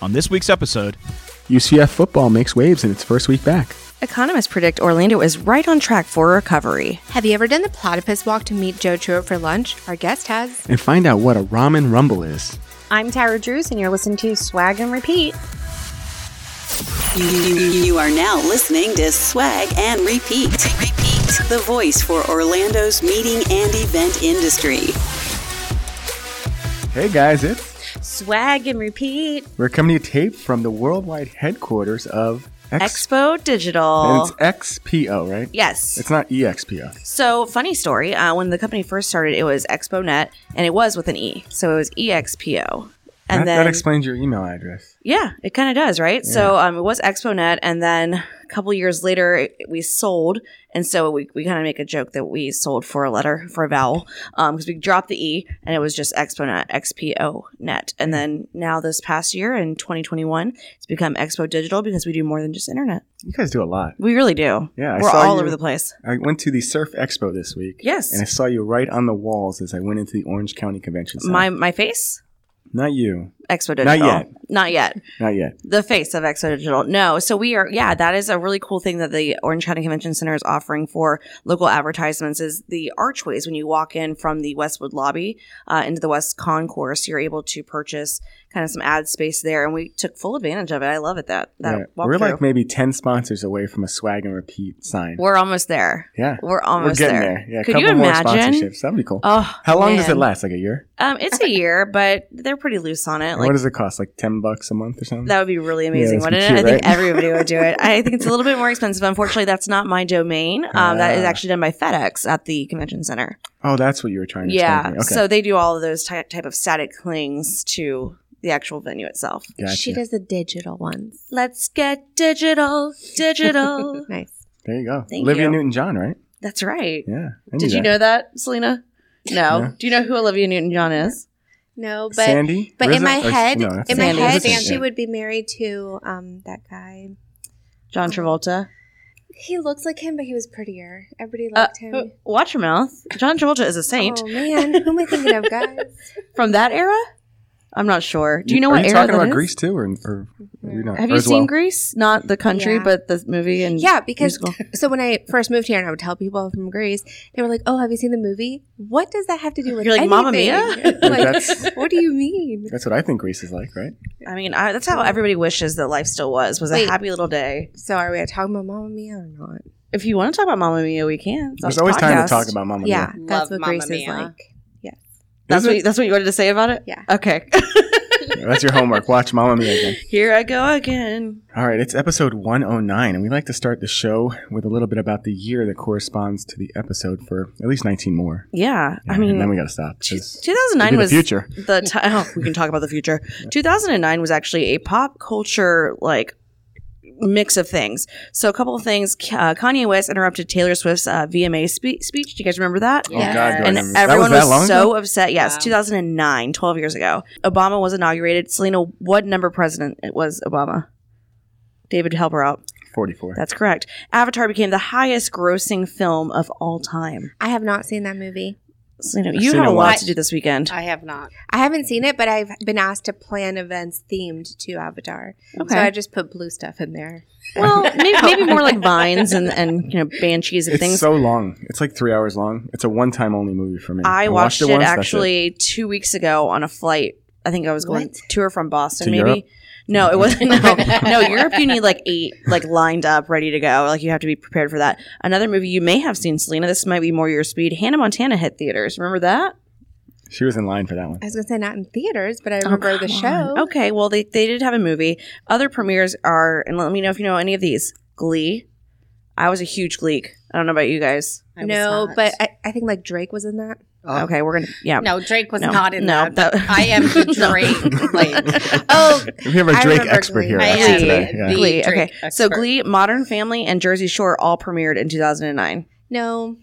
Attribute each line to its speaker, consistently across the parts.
Speaker 1: On this week's episode,
Speaker 2: UCF football makes waves in its first week back.
Speaker 3: Economists predict Orlando is right on track for recovery.
Speaker 4: Have you ever done the platypus walk to meet Joe Truitt for lunch? Our guest has.
Speaker 2: And find out what a ramen rumble is.
Speaker 5: I'm Tara Drews, and you're listening to Swag and Repeat.
Speaker 6: You, you are now listening to Swag and Repeat. Repeat. The voice for Orlando's meeting and event industry.
Speaker 2: Hey guys, it's
Speaker 5: Swag and Repeat.
Speaker 2: we're coming to you tape from the worldwide headquarters of X-
Speaker 3: Expo Digital.
Speaker 2: and it's XPO, right?
Speaker 3: yes.
Speaker 2: It's not E EXPO.
Speaker 3: so, funny story. Uh, when the company first started, it was ExpoNet, and it was with an E, so it was EXPO. And
Speaker 2: that,
Speaker 3: then,
Speaker 2: that explains your email address.
Speaker 3: yeah, it kind of does, right? So, um, it was ExpoNet, and then a couple years later, it, we sold, and so we, we kind of make a joke that we sold for a letter for a vowel, because we dropped the E, and it was just ExpoNet, XPO Net, and then now this past year in 2021, it's become Expo Digital because we do more than just internet.
Speaker 2: You guys do a lot.
Speaker 3: We really do.
Speaker 2: Yeah, I
Speaker 3: we're
Speaker 2: saw
Speaker 3: all
Speaker 2: you-
Speaker 3: over the place.
Speaker 2: I went to the Surf Expo this week.
Speaker 3: Yes.
Speaker 2: And I saw you right on the walls as I went into the Orange County Convention Center.
Speaker 3: My my face.
Speaker 2: Not you.
Speaker 3: Expo
Speaker 2: Not
Speaker 3: Digital.
Speaker 2: yet.
Speaker 3: Not yet.
Speaker 2: Not yet.
Speaker 3: The face of Expo Digital. No. So we are, yeah, that is a really cool thing that the Orange County Convention Center is offering for local advertisements is the archways. When you walk in from the Westwood lobby uh, into the West Concourse, you're able to purchase kind of some ad space there. And we took full advantage of it. I love it that, that
Speaker 2: Yeah.
Speaker 3: walkthrough.
Speaker 2: We're like maybe 10 sponsors away from a swag and repeat sign.
Speaker 3: We're almost there.
Speaker 2: yeah.
Speaker 3: We're almost
Speaker 2: getting
Speaker 3: there.
Speaker 2: there. Yeah, a
Speaker 3: Could
Speaker 2: couple
Speaker 3: you
Speaker 2: more
Speaker 3: imagine?
Speaker 2: sponsorships. That'd be cool.
Speaker 3: Oh,
Speaker 2: How long does it
Speaker 3: man.
Speaker 2: last? Like a year?
Speaker 3: Um, it's a year, but they're pretty loose on it.
Speaker 2: And
Speaker 3: Like
Speaker 2: what does it cost? Like ten bucks a month or something?
Speaker 3: That would be really amazing,
Speaker 2: that'd be
Speaker 3: wouldn't it?
Speaker 2: cute,
Speaker 3: I think
Speaker 2: right?
Speaker 3: everybody would do it. I think it's a little bit more expensive. Unfortunately, that's not my domain. Um, that is
Speaker 2: Ah.
Speaker 3: actually done by FedEx at the convention center.
Speaker 2: oh, that's what you were trying to
Speaker 3: Yeah.
Speaker 2: explain. to me. Okay.
Speaker 3: So they do all of those ty- type of static clings to the actual venue itself.
Speaker 2: gotcha.
Speaker 4: She does the digital ones.
Speaker 3: Let's get digital, digital.
Speaker 4: Nice.
Speaker 2: there you go.
Speaker 3: Thank
Speaker 2: Olivia
Speaker 3: you.
Speaker 2: Newton John, right?
Speaker 3: that's right.
Speaker 2: Yeah. I knew
Speaker 3: Did you
Speaker 2: that.
Speaker 3: know that, Selena? No.
Speaker 2: No.
Speaker 3: Do you know who Olivia Newton-John is?
Speaker 4: No, but
Speaker 2: Sandy?
Speaker 4: but
Speaker 2: Rizzo?
Speaker 4: in my
Speaker 2: Or-
Speaker 4: head,
Speaker 2: Oh, no, that's
Speaker 4: in my
Speaker 3: Sandy.
Speaker 4: head,
Speaker 3: Sandy.
Speaker 4: she would be married to um that guy.
Speaker 3: John Travolta.
Speaker 4: He looks like him, but he was prettier. Everybody liked him.
Speaker 3: Uh, watch your mouth. John Travolta is a saint
Speaker 4: Oh man, who am I thinking of, guys?
Speaker 3: from that era. I'm not sure. Do you know
Speaker 2: Are
Speaker 3: what
Speaker 2: you
Speaker 3: era
Speaker 2: talking
Speaker 3: that
Speaker 2: about
Speaker 3: is?
Speaker 2: Greece too, or, or are you not?
Speaker 3: Have
Speaker 2: or
Speaker 3: you
Speaker 2: as
Speaker 3: seen
Speaker 2: well?
Speaker 3: Grease? Not the country,
Speaker 4: Yeah.
Speaker 3: but the movie and
Speaker 4: Yeah, because
Speaker 3: musical.
Speaker 4: so when I first moved here and I would tell people from Greece, they were like, "Oh, have you seen the movie? What does that have to do with
Speaker 3: You're like,
Speaker 4: anything?
Speaker 3: "Mamma
Speaker 4: like,
Speaker 2: That's-
Speaker 4: what do you mean?
Speaker 2: That's what I think Greece is like, right?
Speaker 3: I mean, I, that's how everybody wishes that life still was was
Speaker 4: Wait.
Speaker 3: a happy little day.
Speaker 4: So are we talking about Mamma Mia or not?
Speaker 3: If you want to talk about Mamma Mia, we can. It's on
Speaker 2: There's
Speaker 3: the
Speaker 2: always time
Speaker 3: podcast.
Speaker 2: to talk about Mama. Mia.
Speaker 4: yeah,
Speaker 2: Is
Speaker 4: that's
Speaker 5: Love
Speaker 4: what
Speaker 5: Mamma
Speaker 4: Greece is
Speaker 5: Mia.
Speaker 4: like. Yeah,
Speaker 3: That's what,
Speaker 2: it?
Speaker 3: that's what you wanted to say about it.
Speaker 4: yeah.
Speaker 3: Okay.
Speaker 2: That's your homework. Watch Mama Mia again.
Speaker 3: Here I go again.
Speaker 2: All right, it's episode 109, and we like to start the show with a little bit about the year that corresponds to the episode for at least 19 more.
Speaker 3: Yeah. I
Speaker 2: and then
Speaker 3: mean,
Speaker 2: we got to stop. 'cause it'll
Speaker 3: 2009
Speaker 2: be the
Speaker 3: was
Speaker 2: future.
Speaker 3: the ti- oh, we can talk about the future. 2009 was actually a pop culture like mix of things. So a couple of things. Uh, Kanye West interrupted Taylor Swift's uh, VMA spe- speech. Do you guys remember that?
Speaker 2: Oh, God, do I
Speaker 3: and
Speaker 2: remember. That
Speaker 3: everyone
Speaker 2: that
Speaker 3: was,
Speaker 2: long
Speaker 3: so
Speaker 2: ago?
Speaker 3: upset. Yes,
Speaker 5: Wow.
Speaker 3: 2009, 12 years ago. Obama was inaugurated. Selena, what number president was Obama? David, help her out.
Speaker 2: 44.
Speaker 3: That's correct. Avatar became the highest grossing film of all time.
Speaker 4: I have not seen that movie.
Speaker 3: Selena,
Speaker 2: I've
Speaker 3: you
Speaker 2: seen
Speaker 3: have
Speaker 2: it
Speaker 3: a lot
Speaker 2: once.
Speaker 3: to do this weekend.
Speaker 5: I have not.
Speaker 4: I haven't seen it, but I've been asked to plan events themed to Avatar.
Speaker 3: Okay.
Speaker 4: So I just put blue stuff in there.
Speaker 3: Well, maybe, maybe more like vines and, and you know banshees and
Speaker 2: It's
Speaker 3: things.
Speaker 2: so long. It's like three hours long. It's a one-time only movie for me.
Speaker 3: I watched, it,
Speaker 2: once, that's
Speaker 3: actually two weeks ago on a flight. I think I was going
Speaker 4: What?
Speaker 3: to or from Boston,
Speaker 2: To
Speaker 3: maybe.
Speaker 2: Europe?
Speaker 3: No, it wasn't. No, no, Europe. You need like eight, like lined up, ready to go. Like you have to be prepared for that. Another movie you may have seen, Selena. This might be more your speed. Hannah Montana hit theaters. Remember that?
Speaker 2: She was in line for that one.
Speaker 4: I was gonna say not in theaters, but I remember the
Speaker 3: Oh, come
Speaker 4: show.
Speaker 3: on.
Speaker 5: Oh.
Speaker 3: Oh, Okay, well they they did have a movie. Other premieres are, and let me know if you know any of these. Glee. I was a huge Glee. I don't know about you guys.
Speaker 5: I was
Speaker 4: no,
Speaker 5: not.
Speaker 4: but I, I think like Drake was in that.
Speaker 5: Oh.
Speaker 3: Okay, we're gonna yeah.
Speaker 5: No, Drake was
Speaker 3: No,
Speaker 5: not in
Speaker 3: no,
Speaker 5: that. I am the Drake. like,
Speaker 4: Oh,
Speaker 2: we have a
Speaker 4: I
Speaker 2: Drake
Speaker 4: remember
Speaker 2: expert
Speaker 4: Glee.
Speaker 2: here
Speaker 5: I
Speaker 2: actually
Speaker 5: am
Speaker 2: today.
Speaker 5: the-
Speaker 2: Yeah.
Speaker 3: Glee.
Speaker 5: Drake
Speaker 3: Okay, so
Speaker 5: expert.
Speaker 3: Glee, Modern Family, and Jersey Shore all premiered in 2009.
Speaker 4: No,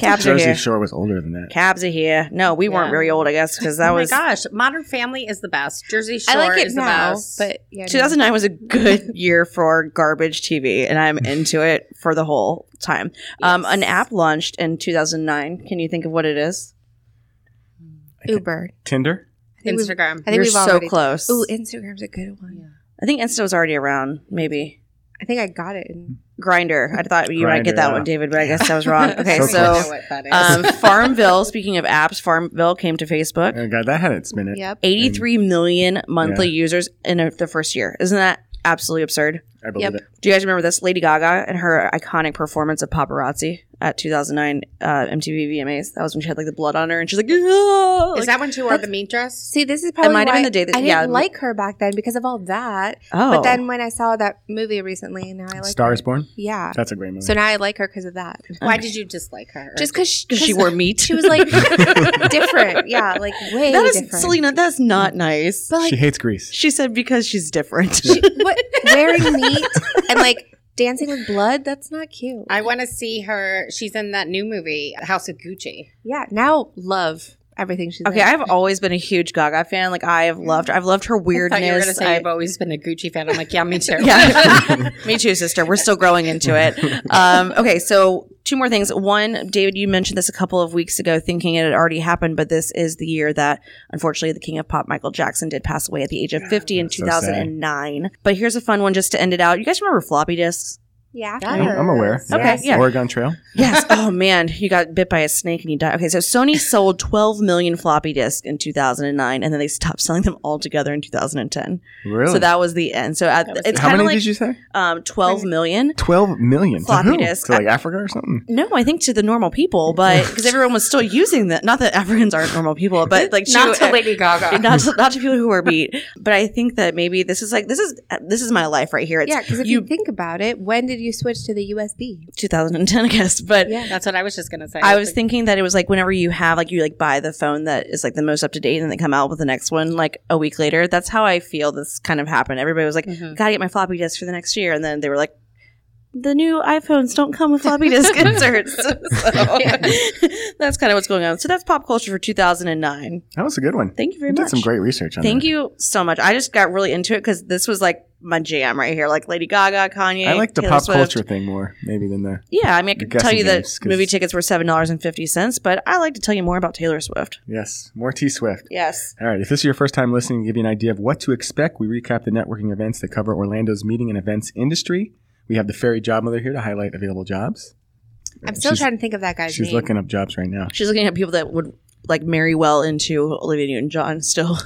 Speaker 3: Cabs are
Speaker 2: Jersey
Speaker 3: here.
Speaker 2: Shore was older than that.
Speaker 3: Cabs are here. No, we weren't
Speaker 5: Yeah.
Speaker 3: very old, I guess, because that
Speaker 5: oh
Speaker 3: was
Speaker 5: my gosh, Modern Family is the best. Jersey Shore
Speaker 4: I like it
Speaker 5: is
Speaker 4: now,
Speaker 5: the best.
Speaker 4: but yeah, no.
Speaker 3: 2009 was a good year for garbage TV, and I'm into it for the whole time. Um,
Speaker 5: Yes.
Speaker 3: an app launched in 2009. Can you think of what it is?
Speaker 4: Uber.
Speaker 2: Tinder?
Speaker 4: I think we've-
Speaker 5: Instagram.
Speaker 4: I think
Speaker 3: You're
Speaker 4: we've
Speaker 3: so
Speaker 4: already-
Speaker 3: close.
Speaker 4: Ooh, Instagram's a good one.
Speaker 3: I think Insta was already around, maybe.
Speaker 4: I think I got it. In,
Speaker 3: Grinder. I thought you might get
Speaker 2: Grindr,
Speaker 3: that
Speaker 2: yeah.
Speaker 3: one, David, but I guess I was wrong. Okay,
Speaker 2: So
Speaker 5: I don't
Speaker 3: so
Speaker 5: know what that is.
Speaker 3: um, Farmville. Speaking of apps, Farmville came to Facebook.
Speaker 2: Oh, God, that had its
Speaker 3: Mm-hmm.
Speaker 2: minute.
Speaker 4: yep.
Speaker 3: 83 million monthly users in a, the first year. Isn't that absolutely absurd?
Speaker 2: I believe it.
Speaker 3: Do you guys remember this? Lady Gaga and her iconic performance of Paparazzi at 2009 uh, MTV VMAs. That was when she had like the blood on her, and she's like, "Ah!"
Speaker 5: is
Speaker 3: Like,
Speaker 5: that when she wore the meat dress?
Speaker 4: See, this is probably
Speaker 3: might have
Speaker 4: why
Speaker 3: been the day that-
Speaker 4: I didn't
Speaker 3: yeah.
Speaker 4: like her back then because of all that.
Speaker 3: oh,
Speaker 4: But then when I saw that movie recently, now I like
Speaker 2: Star
Speaker 4: her.
Speaker 2: is Born.
Speaker 4: Yeah.
Speaker 2: That's a great movie.
Speaker 4: So now I like her because of that.
Speaker 3: Oh,
Speaker 5: Why did you dislike her?
Speaker 4: Just because she,
Speaker 3: because she wore meat,
Speaker 4: she was like different. Yeah, like way
Speaker 3: "That is
Speaker 4: different.
Speaker 3: Selena. That's not nice."
Speaker 4: But
Speaker 2: she
Speaker 4: like
Speaker 2: hates Greece.
Speaker 3: She said because she's different.
Speaker 4: what wearing meat and like dancing with blood, that's not cute.
Speaker 5: I want to see her. She's in that new movie, House of Gucci.
Speaker 4: yeah. Now love everything she's
Speaker 3: okay,
Speaker 4: in.
Speaker 3: I've always been a huge Gaga fan. Like I have loved, I've loved her
Speaker 5: I thought you were going to
Speaker 3: weirdness.
Speaker 5: say
Speaker 3: I-
Speaker 5: you've always been a Gucci fan. I'm like, yeah, me too.
Speaker 3: yeah, me too, sister. We're still growing into it. Um, okay, so two more things. One, David, you mentioned this a couple of weeks ago, thinking it had already happened, but this is the year that unfortunately the king of pop, Michael Jackson, did pass away at the age of 50 in
Speaker 2: That's so
Speaker 3: 2009. But here's a fun one just to end it out. You guys remember floppy disks?
Speaker 4: yeah.
Speaker 2: I'm, I'm aware.
Speaker 3: Okay, yeah.
Speaker 2: Oregon Trail.
Speaker 3: Yes. Oh man, you got bit by a snake and you died. Okay, so Sony sold 12 million floppy disks in 2009, and then they stopped selling them altogether in 2010.
Speaker 2: Really?
Speaker 3: So that was the end. So at, it's
Speaker 2: How
Speaker 3: kind
Speaker 2: many
Speaker 3: of like
Speaker 2: did you say?
Speaker 3: um, 12 million.
Speaker 2: Twelve million.
Speaker 3: Floppy
Speaker 2: to who?
Speaker 3: disk.
Speaker 2: To like Africa or something.
Speaker 3: No, I think to the normal people, but because everyone was still using that. Not that Africans aren't normal people, but like
Speaker 5: Not to
Speaker 3: eh,
Speaker 5: Lady Gaga.
Speaker 3: not to, not to people who are beat. But I think that maybe this is like this is this is my life right here. It's
Speaker 4: Yeah, because if you, think about it, when did you switch to the USB?
Speaker 3: 2010, I guess. But
Speaker 4: Yeah.
Speaker 5: That's what I was just going to say.
Speaker 3: I was thinking that it was like whenever you have like you like buy the phone that is like the most up to date and they come out with the next one like a week later. That's how I feel this kind of happened. Everybody was like,
Speaker 5: Mhm.
Speaker 3: gotta get my floppy disk for the next year. And then they were like, the new iPhones don't come with floppy disk inserts. So that's kind of what's going on. So that's pop culture for 2009.
Speaker 2: That was a good one.
Speaker 3: Thank you very
Speaker 2: you did
Speaker 3: much.
Speaker 2: some great research on
Speaker 3: Thank
Speaker 2: that.
Speaker 3: you so much. I just got really into it because this was like my jam right here. Like Lady Gaga, Kanye.
Speaker 2: I like the
Speaker 3: Taylor
Speaker 2: pop
Speaker 3: Swift.
Speaker 2: culture thing more, maybe than the
Speaker 3: Yeah, I mean, I
Speaker 2: The
Speaker 3: could tell you
Speaker 2: guessing
Speaker 3: that
Speaker 2: games, 'cause-
Speaker 3: movie tickets were seven dollars and fifty cents, but I like to tell you more about Taylor Swift.
Speaker 2: yes. More T Swift.
Speaker 3: Yes.
Speaker 2: All right. If this is your first time listening, to give you an idea of what to expect, we recap the networking events that cover Orlando's meeting and events industry. We have the fairy job mother here to highlight available jobs.
Speaker 4: I'm still
Speaker 2: She's-
Speaker 4: trying to think of that guy's
Speaker 2: She's
Speaker 4: name.
Speaker 2: looking up jobs right now.
Speaker 3: She's looking at people that would like marry well into Olivia Newton John still.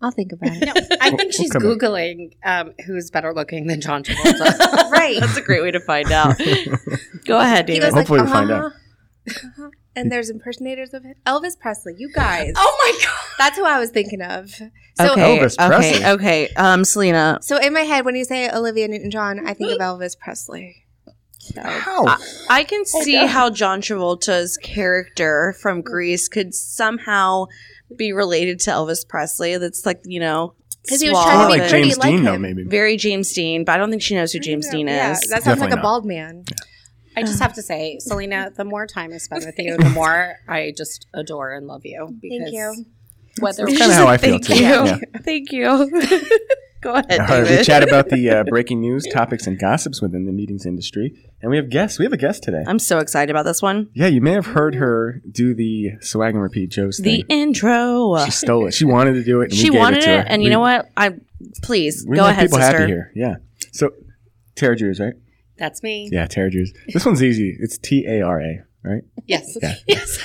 Speaker 4: I'll think about it.
Speaker 5: No, I
Speaker 2: We'll-
Speaker 5: think she's
Speaker 2: we'll come
Speaker 5: Googling um, who's better looking than John Travolta.
Speaker 4: Right.
Speaker 3: That's a great way to find out. Go ahead,
Speaker 4: He
Speaker 3: David.
Speaker 4: goes
Speaker 2: Hopefully
Speaker 4: like,
Speaker 2: we find out.
Speaker 4: uh-huh, uh-huh. And there's impersonators of him. Elvis Presley. You guys.
Speaker 5: oh my God.
Speaker 4: That's who I was thinking of. So,
Speaker 3: okay,
Speaker 2: Elvis Presley.
Speaker 3: okay, okay. Um, Selena.
Speaker 4: so in my head, when you say Olivia Newton-John, I think of Elvis Presley.
Speaker 2: How?
Speaker 4: Uh,
Speaker 3: I can see how John Travolta's character from
Speaker 4: Mm.
Speaker 3: Greece could somehow be related to Elvis Presley. That's like you know,
Speaker 4: 'Cause he was trying to be
Speaker 3: suave
Speaker 2: like
Speaker 3: and
Speaker 4: pretty
Speaker 2: James
Speaker 4: like
Speaker 2: Dean, though,
Speaker 4: him.
Speaker 2: maybe.
Speaker 3: very James Dean, but I don't think she knows who James Dean is.
Speaker 4: Yeah, that sounds
Speaker 2: Definitely
Speaker 4: like a
Speaker 2: not.
Speaker 4: bald man.
Speaker 5: I just have to say, Selena, the more time I spend with you, the more I just adore and love you. Because
Speaker 4: Thank you.
Speaker 5: Whether
Speaker 2: That's kinda how I feel,
Speaker 3: Thank
Speaker 2: too.
Speaker 3: You.
Speaker 2: Yeah.
Speaker 3: Thank you. Go
Speaker 2: All
Speaker 3: ahead,
Speaker 2: right, we
Speaker 3: Uh, David.
Speaker 2: chat about the uh, breaking news, topics, and gossips within the meetings industry. And we have guests. We have a guest today.
Speaker 4: Um,
Speaker 3: I'm so excited about this one.
Speaker 2: Yeah, you may have heard her do the swag and repeat Joe's
Speaker 3: The
Speaker 2: thing.
Speaker 3: intro.
Speaker 2: She stole it. She wanted to do it. And we
Speaker 3: She
Speaker 2: gave
Speaker 3: wanted
Speaker 2: it, to
Speaker 3: it,
Speaker 2: her.
Speaker 3: and you
Speaker 2: We-
Speaker 3: know what? I please
Speaker 2: We
Speaker 3: go
Speaker 2: make
Speaker 3: ahead,
Speaker 2: people
Speaker 3: sister.
Speaker 2: happy here. Yeah. So Tara Drews, right?
Speaker 5: that's me.
Speaker 2: Yeah, Tara Drews. This one's easy. It's T A R A, right?
Speaker 5: Yes.
Speaker 2: Yeah.
Speaker 5: Yes.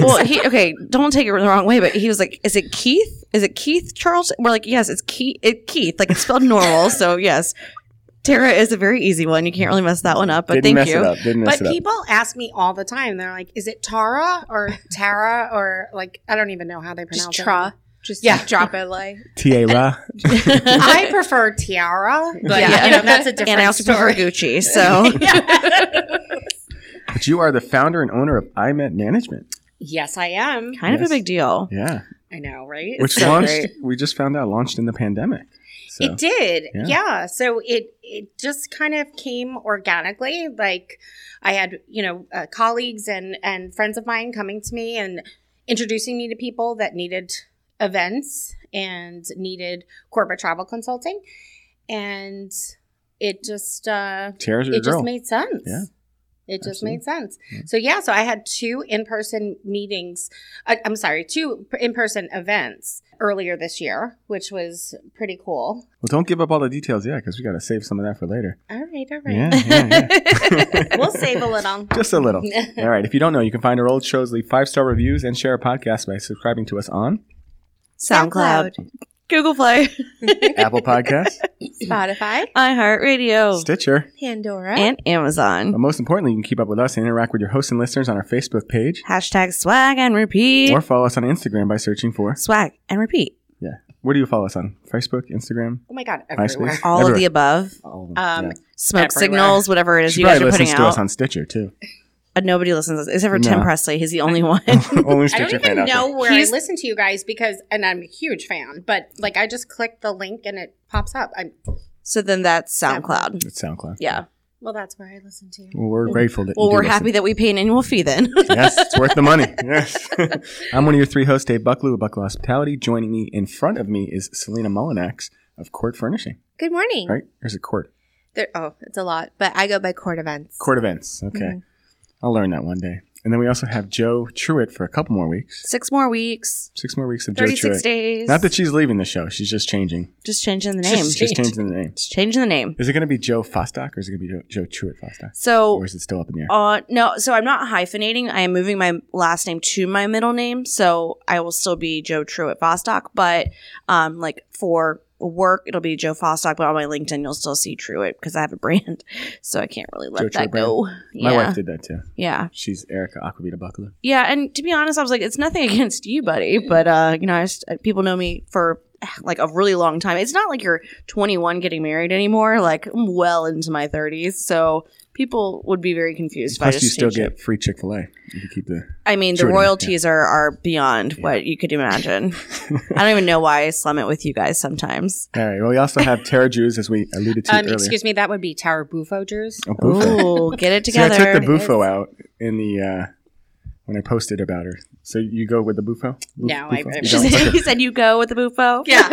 Speaker 3: Well, he, okay, don't take it the wrong way, but he was like, "Is it Keith? Is it Keith Charles?" We're like, "Yes, it's Keith. It Keith. Like it's spelled normal, so yes." Tara is a very easy one. You can't really mess that one up, but
Speaker 2: Didn't
Speaker 3: thank
Speaker 2: mess
Speaker 3: you.
Speaker 2: it up. Didn't mess
Speaker 5: But
Speaker 2: it up.
Speaker 5: people ask me all the time. They're like, "Is it Tara or Tara or like I don't even know how they
Speaker 4: Just
Speaker 5: pronounce
Speaker 4: tra. Just
Speaker 5: Yeah.
Speaker 4: drop it like.
Speaker 2: T A Ra.
Speaker 5: it." I prefer Tiara, but
Speaker 3: Yeah.
Speaker 5: you know that's a different
Speaker 3: and I also prefer
Speaker 5: story.
Speaker 3: Gucci, so
Speaker 2: But you are the founder and owner of iMet Management.
Speaker 5: Yes, I am.
Speaker 3: kind of
Speaker 2: Yes.
Speaker 3: a big deal.
Speaker 2: Yeah.
Speaker 5: I know, right?
Speaker 2: Which
Speaker 3: so
Speaker 2: launched,
Speaker 3: great.
Speaker 2: we just found out, launched in the pandemic. So
Speaker 5: It did.
Speaker 2: Yeah.
Speaker 5: Yeah. So it it just kind of came organically. Like I had, you know, uh, colleagues and and friends of mine coming to me and introducing me to people that needed events and needed corporate travel consulting and it just uh
Speaker 2: Tara's your
Speaker 5: it uh,
Speaker 2: girl.
Speaker 5: just made sense.
Speaker 2: Yeah.
Speaker 5: It just made sense. So yeah, so I had two in-person meetings. Uh, I'm sorry, two in-person events earlier this year, which was pretty cool.
Speaker 2: Well, don't give up all the details yet because we got to save some of that for later.
Speaker 5: All right, all right.
Speaker 2: Yeah, yeah, yeah.
Speaker 5: We'll save a little.
Speaker 2: Just a little. All right. If you don't know, you can find our old shows, leave five star reviews, and share our podcast by subscribing to us on
Speaker 3: SoundCloud, Google Play,
Speaker 2: Apple Podcasts,
Speaker 4: Spotify,
Speaker 3: iHeartRadio,
Speaker 2: Stitcher,
Speaker 4: Pandora,
Speaker 3: and Amazon.
Speaker 2: But most importantly, you can keep up with us and interact with your hosts and listeners on our Facebook page
Speaker 3: Hashtag swag and repeat.
Speaker 2: or follow us on Instagram by searching for.
Speaker 3: swag and repeat.
Speaker 2: Yeah. Where do you follow us on? Facebook, Instagram,
Speaker 5: Oh my god, everywhere.
Speaker 2: MySpace?
Speaker 3: All of the above.
Speaker 2: above.
Speaker 5: Um,
Speaker 3: Smoke
Speaker 5: Everywhere.
Speaker 3: signals, whatever it is
Speaker 2: She
Speaker 3: you guys
Speaker 2: probably
Speaker 3: are
Speaker 2: listens
Speaker 3: putting
Speaker 2: to us
Speaker 3: out.
Speaker 2: on Stitcher, too.
Speaker 3: Uh, Nobody listens to us, except for
Speaker 2: No.
Speaker 3: Tim Presley. He's the only one.
Speaker 2: Only
Speaker 5: I don't
Speaker 2: Stitcher fan
Speaker 5: even
Speaker 2: out there.
Speaker 5: know where
Speaker 3: He's-
Speaker 5: I listen to you guys because, and I'm a huge fan, but like I just click the link and it pops up. I'm
Speaker 3: so then that's SoundCloud.
Speaker 2: It's SoundCloud.
Speaker 3: Yeah.
Speaker 5: well, that's where I listen to.
Speaker 2: Well, we're grateful that
Speaker 3: Well,
Speaker 2: you do
Speaker 3: we're
Speaker 2: listen.
Speaker 3: happy that we pay an annual fee then.
Speaker 2: yes, it's worth the money. Yes. I'm one of your three hosts, Dave Bucklew of Bucklew Hospitality. Joining me in front of me is Selena Mullinax of Court Furnishing.
Speaker 4: Good morning.
Speaker 2: Right? There's a court.
Speaker 4: There, oh, it's a lot, but I go by court events.
Speaker 2: Court events. Okay.
Speaker 3: Mm-hmm.
Speaker 2: I'll learn that one day. And then we also have Joe Truitt for a couple more weeks.
Speaker 3: Six more weeks,
Speaker 2: Six more weeks of Joe Truitt.
Speaker 3: 36 days.
Speaker 2: Not that she's leaving the show. She's just changing.
Speaker 3: Just changing the name.
Speaker 2: She's just changing the name.
Speaker 3: Just changing the name.
Speaker 2: Is it going to be Joe Fostock or is it going to be Joe, Joe Truitt Fostock?
Speaker 3: So,
Speaker 2: Or is it still up in the air?
Speaker 3: uh, no, so I'm not hyphenating. I am moving my last name to my middle name. So I will still be Joe True at Fostock, but um, like for work, it'll be Joe Fostock, but on my LinkedIn, you'll still see Truitt because I have a brand. So I can't really let
Speaker 2: Joe
Speaker 3: that
Speaker 2: Truitt
Speaker 3: go.
Speaker 2: My
Speaker 3: yeah.
Speaker 2: wife did that too.
Speaker 3: Yeah.
Speaker 2: She's Erica Aquavita Bucklew.
Speaker 3: Yeah, and to be honest, I was like, it's nothing against you, buddy, but uh, you know, I just, people know me for like a really long time. It's not like you're 21 getting married anymore. Like I'm well into my 30s, so people would be very confused. if I
Speaker 2: Plus,
Speaker 3: just
Speaker 2: you still
Speaker 3: changed it.
Speaker 2: get free Chick fil A if you keep the.
Speaker 3: I mean, the
Speaker 2: Jordan,
Speaker 3: royalties are are beyond what you could imagine. I don't even know why I slum it with you guys sometimes.
Speaker 2: All right. Well, we also have Tara Jews, as we alluded to
Speaker 5: Um,
Speaker 2: earlier.
Speaker 5: excuse me, that would be Tower Bufo Jews.
Speaker 2: A bufo.
Speaker 3: Ooh, get it
Speaker 2: See, I
Speaker 3: together.
Speaker 2: took the bufo out in the uh, when I posted about her. So you go with the bufo? Buf-
Speaker 5: No, I-
Speaker 2: bufo?
Speaker 5: I-
Speaker 2: You
Speaker 3: She
Speaker 2: don't?
Speaker 3: said, he said, "You go with the bufo."
Speaker 5: Yeah.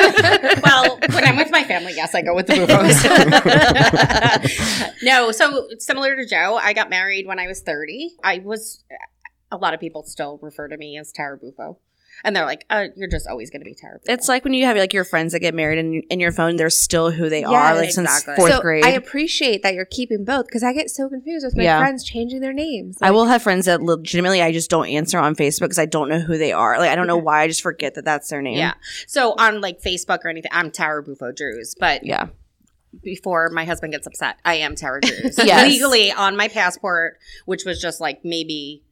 Speaker 5: well, when I'm with my family, yes, I go with the Bufos. no, so similar to Joe, I got married when I was 30. I was, a lot of people still refer to me as Tara Bufo. And they're like, uh, you're just always going to be Tara Bufo.
Speaker 3: It's like when you have like your friends that get married and in your phone, they're still who they are, like
Speaker 5: exactly.
Speaker 3: since fourth
Speaker 4: so
Speaker 3: grade.
Speaker 4: I appreciate that you're keeping both because I get so confused with my
Speaker 3: Yeah.
Speaker 4: friends changing their names.
Speaker 3: I will have friends that legitimately I just don't answer on Facebook because I don't know who they are. Like I don't know why I just forget that that's their name.
Speaker 5: yeah. So on like Facebook or anything, I'm Tara Bufo Drews. But
Speaker 3: yeah.
Speaker 5: before my husband gets upset, I am Tara Drews.
Speaker 3: Yes.
Speaker 5: Legally on my passport, which was just like maybe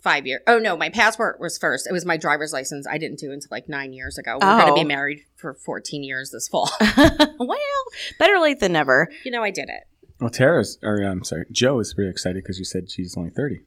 Speaker 5: five years. Oh no, my passport was first. It was my driver's license. I didn't do until like nine years ago. We're
Speaker 3: Oh.
Speaker 5: gonna be married for 14 years this fall.
Speaker 3: well, better late than never.
Speaker 5: you know, I did it.
Speaker 2: Well, Tara's, or I'm sorry, Joe is pretty excited because you said she's only 30.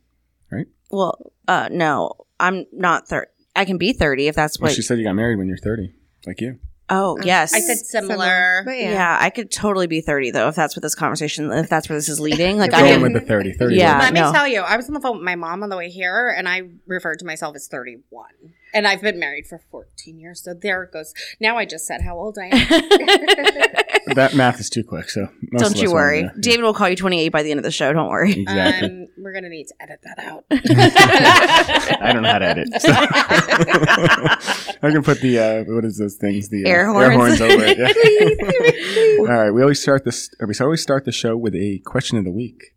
Speaker 3: Well, uh, no, I'm not thirty. I can be thirty if that's
Speaker 2: Well,
Speaker 3: what.
Speaker 2: she said you got married when you're 30, like you.
Speaker 3: oh yes,
Speaker 5: I said similar.
Speaker 4: But
Speaker 3: Yeah.
Speaker 4: yeah.
Speaker 3: I could totally be thirty though if that's what this conversation, if that's where this is leading. Like I
Speaker 2: Going
Speaker 3: am.
Speaker 2: with the 30. 30
Speaker 3: Yeah.
Speaker 2: works.
Speaker 5: Let me
Speaker 3: no.
Speaker 5: tell you, I was on the phone with my mom on the way here, and I referred to myself as 31. And I've been married for 14 years. So there it goes. Now I just said how old I am.
Speaker 2: That math is too quick, so. most of
Speaker 3: don't
Speaker 2: us
Speaker 3: you
Speaker 2: won't
Speaker 3: worry,
Speaker 2: know.
Speaker 3: David will call you twenty eight by the end of the show. Don't worry.
Speaker 2: Exactly.
Speaker 5: Um, we're going to need to edit that out.
Speaker 2: I don't know how to edit. So. I can put the uh, what is those things? The uh,
Speaker 3: Air horns.
Speaker 2: over it. yeah. All right. We always start this. Or we always start the show with a question of the week,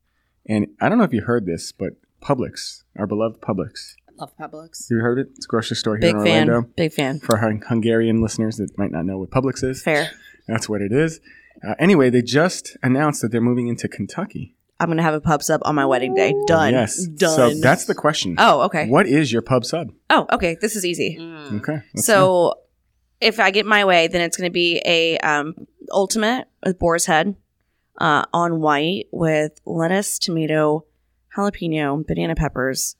Speaker 2: and I don't know if you heard this, but Publix, our beloved Publix,
Speaker 5: Love Publix.
Speaker 2: you heard it? It's a grocery store here
Speaker 3: Big
Speaker 2: in
Speaker 3: fan.
Speaker 2: Orlando.
Speaker 3: Big fan.
Speaker 2: For our Hungarian listeners that might not know what Publix is,
Speaker 3: Fair.
Speaker 2: that's what it is. Uh, anyway, they just announced that they're moving into Kentucky.
Speaker 3: I'm gonna have a pub sub on my wedding day. Done.
Speaker 2: Yes.
Speaker 3: Done.
Speaker 2: So that's the question.
Speaker 3: Oh, okay.
Speaker 2: What is your pub sub?
Speaker 3: Oh, okay. This is easy.
Speaker 2: Okay. let's see.
Speaker 3: So if I get my way, then it's going to be a um, ultimate with boar's head uh, on white with lettuce, tomato, jalapeno, banana peppers,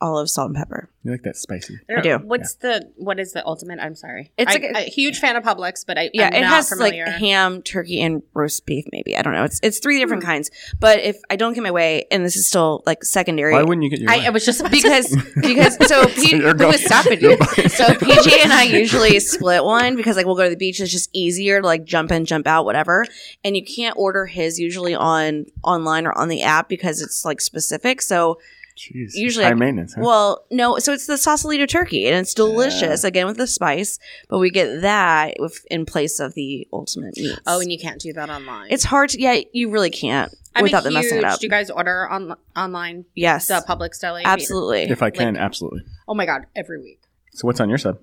Speaker 3: olive, salt, and pepper.
Speaker 2: You like that spicy?
Speaker 5: There-
Speaker 3: do.
Speaker 5: What's the what is the ultimate? I'm sorry.
Speaker 3: It's
Speaker 5: I-
Speaker 3: like a-
Speaker 5: a huge fan of Publix, but I
Speaker 3: Yeah,
Speaker 5: I'm
Speaker 3: it
Speaker 5: not
Speaker 3: has
Speaker 5: familiar.
Speaker 3: like ham, turkey, and roast beef. Maybe I don't know. It's it's three different kinds. But if I don't get my way, and this is still like secondary,
Speaker 2: Why wouldn't you get your?
Speaker 5: I, I
Speaker 2: way?
Speaker 5: was just about to
Speaker 3: because because so P-
Speaker 2: You're going-
Speaker 3: stop it, dude. so PJ and I usually split one because like we'll go to the beach. It's just easier to like jump in, jump out, whatever. And you can't order his usually on online or on the app because it's like specific. So
Speaker 2: Jeez,
Speaker 3: usually
Speaker 2: high
Speaker 3: I-
Speaker 2: maintenance. Huh?
Speaker 3: well, no, so it's the Sausalito turkey and it's delicious again with the spice, but we get that with, in place of the ultimate meat.
Speaker 5: Oh, and you can't do that online.
Speaker 3: it's hard to yeah, you really can't
Speaker 5: I'm a
Speaker 3: without
Speaker 5: huge,
Speaker 3: them messing it up.
Speaker 5: Do you guys order on online
Speaker 3: yes,
Speaker 5: the Publix deli?
Speaker 3: absolutely.
Speaker 2: if I can, absolutely.
Speaker 5: Oh my god, every week.
Speaker 2: So what's on your side?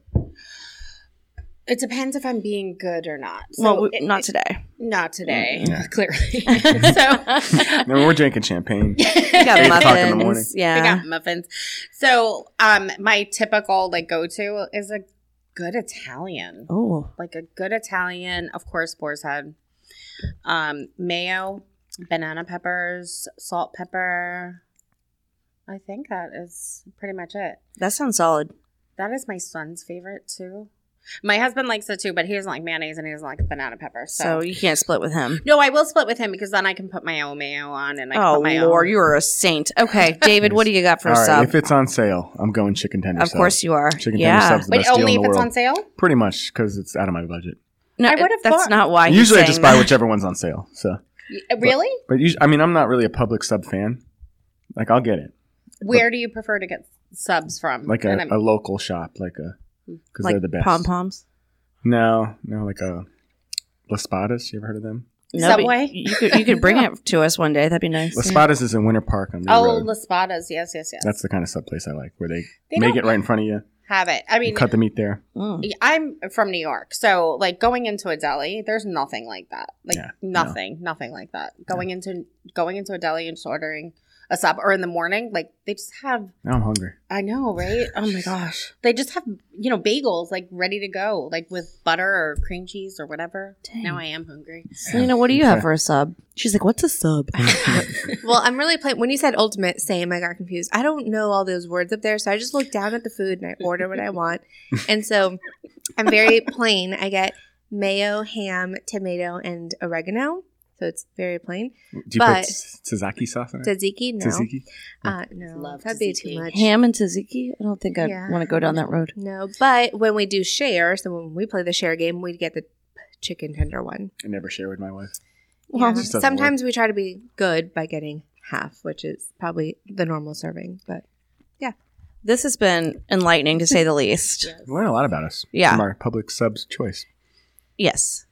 Speaker 5: It depends if I'm being good or not. So
Speaker 3: well, we,
Speaker 5: it-
Speaker 3: not today.
Speaker 5: not today,
Speaker 2: Yeah.
Speaker 5: clearly. so
Speaker 2: No, we're drinking champaign.
Speaker 3: We got
Speaker 2: Eight o'clock in the
Speaker 3: muffins,
Speaker 2: morning.
Speaker 5: I
Speaker 3: Yeah.
Speaker 5: got muffins. So um, my typical like go to is a good Italian,
Speaker 3: Oh,
Speaker 5: like a good Italian. Of course, boar's head, um, mayo, banana peppers, salt, pepper. I think that is pretty much it.
Speaker 3: that sounds solid.
Speaker 5: That is my son's favorite too. My husband likes it too, but he doesn't like mayonnaise and he doesn't like banana pepper. So,
Speaker 3: So you can't split with him.
Speaker 5: no, I will split with him because then I can put my own mayo on and I can
Speaker 3: Oh
Speaker 5: put my
Speaker 3: Lord,
Speaker 5: own.
Speaker 3: you are a saint. Okay, David, what do you got for
Speaker 2: All
Speaker 3: a
Speaker 2: right,
Speaker 3: sub?
Speaker 2: if it's on sale, I'm going chicken tender.
Speaker 3: of
Speaker 2: sub.
Speaker 3: course you are.
Speaker 2: Chicken
Speaker 3: yeah.
Speaker 2: tender sub's the
Speaker 5: Wait,
Speaker 2: best deal
Speaker 5: only
Speaker 2: in
Speaker 5: if
Speaker 2: the
Speaker 5: it's
Speaker 2: world.
Speaker 5: on sale.
Speaker 2: Pretty much because it's out of my budget.
Speaker 3: No,
Speaker 5: I would've
Speaker 3: that's
Speaker 5: thought-
Speaker 3: not why. he's
Speaker 2: Usually, I just
Speaker 3: saying
Speaker 2: buy
Speaker 3: that.
Speaker 2: whichever one's on sale. So,
Speaker 5: Y- uh, Really?
Speaker 2: but usually, I mean, I'm not really a public sub fan. Like, I'll get it
Speaker 5: Where do you prefer to get subs from?
Speaker 2: like
Speaker 5: And
Speaker 2: a,
Speaker 5: I'm-
Speaker 2: a local shop, like a because
Speaker 3: like
Speaker 2: they're the best.
Speaker 3: Pom poms.
Speaker 2: No, no, like a Las Patas. You ever heard of them?
Speaker 3: but
Speaker 5: Subway?
Speaker 3: You could you could bring it to us one day. That'd be nice.
Speaker 2: Las Patas is in Winter Park on the
Speaker 5: oh,
Speaker 2: road.
Speaker 5: Las Espadas. Yes, yes, yes.
Speaker 2: That's the kind of sub place I like, where they,
Speaker 5: They
Speaker 2: make
Speaker 5: don't
Speaker 2: it right in front of you,
Speaker 5: have it. I mean,
Speaker 2: cut the meat there.
Speaker 3: Mm.
Speaker 5: I'm from New York, so like going into a deli, there's nothing like that. Like
Speaker 2: Yeah,
Speaker 5: nothing, nothing like that. Going into going into a deli and just ordering a sub or in the morning, like they just have.
Speaker 2: Now I'm hungry.
Speaker 5: I know, right? Oh my gosh, they just have you know bagels like ready to go, like with butter or cream cheese or whatever. Now I am hungry.
Speaker 3: Selena, what do you have for a sub? She's like, what's a sub?
Speaker 4: Well, I'm really playing. When you said ultimate, same, I got confused. I don't know all those words up there, so I just look down at the food and I order what I want. And so I'm very plain. I get mayo, ham, tomato, and oregano. So it's very plain.
Speaker 2: Do you put
Speaker 4: But-
Speaker 2: tzatziki sauce on it?
Speaker 4: Tzatziki, no.
Speaker 2: Tzatziki.
Speaker 4: Uh, no,
Speaker 5: Love
Speaker 4: that'd be
Speaker 5: tzatziki.
Speaker 4: too much.
Speaker 3: Ham and tzatziki. I don't think I
Speaker 4: Yeah.
Speaker 3: want to go down that road.
Speaker 4: No, but when we do share, so when we play the share game, we get the chicken tender one.
Speaker 2: I never share with my wife.
Speaker 4: Yeah.
Speaker 2: Just doesn't
Speaker 4: Sometimes we try to be good by getting half, which is probably the normal serving, but
Speaker 3: This has been enlightening to say the least.
Speaker 2: We learn a lot about us
Speaker 3: Yeah.
Speaker 2: from our public subs choice.
Speaker 3: Yes.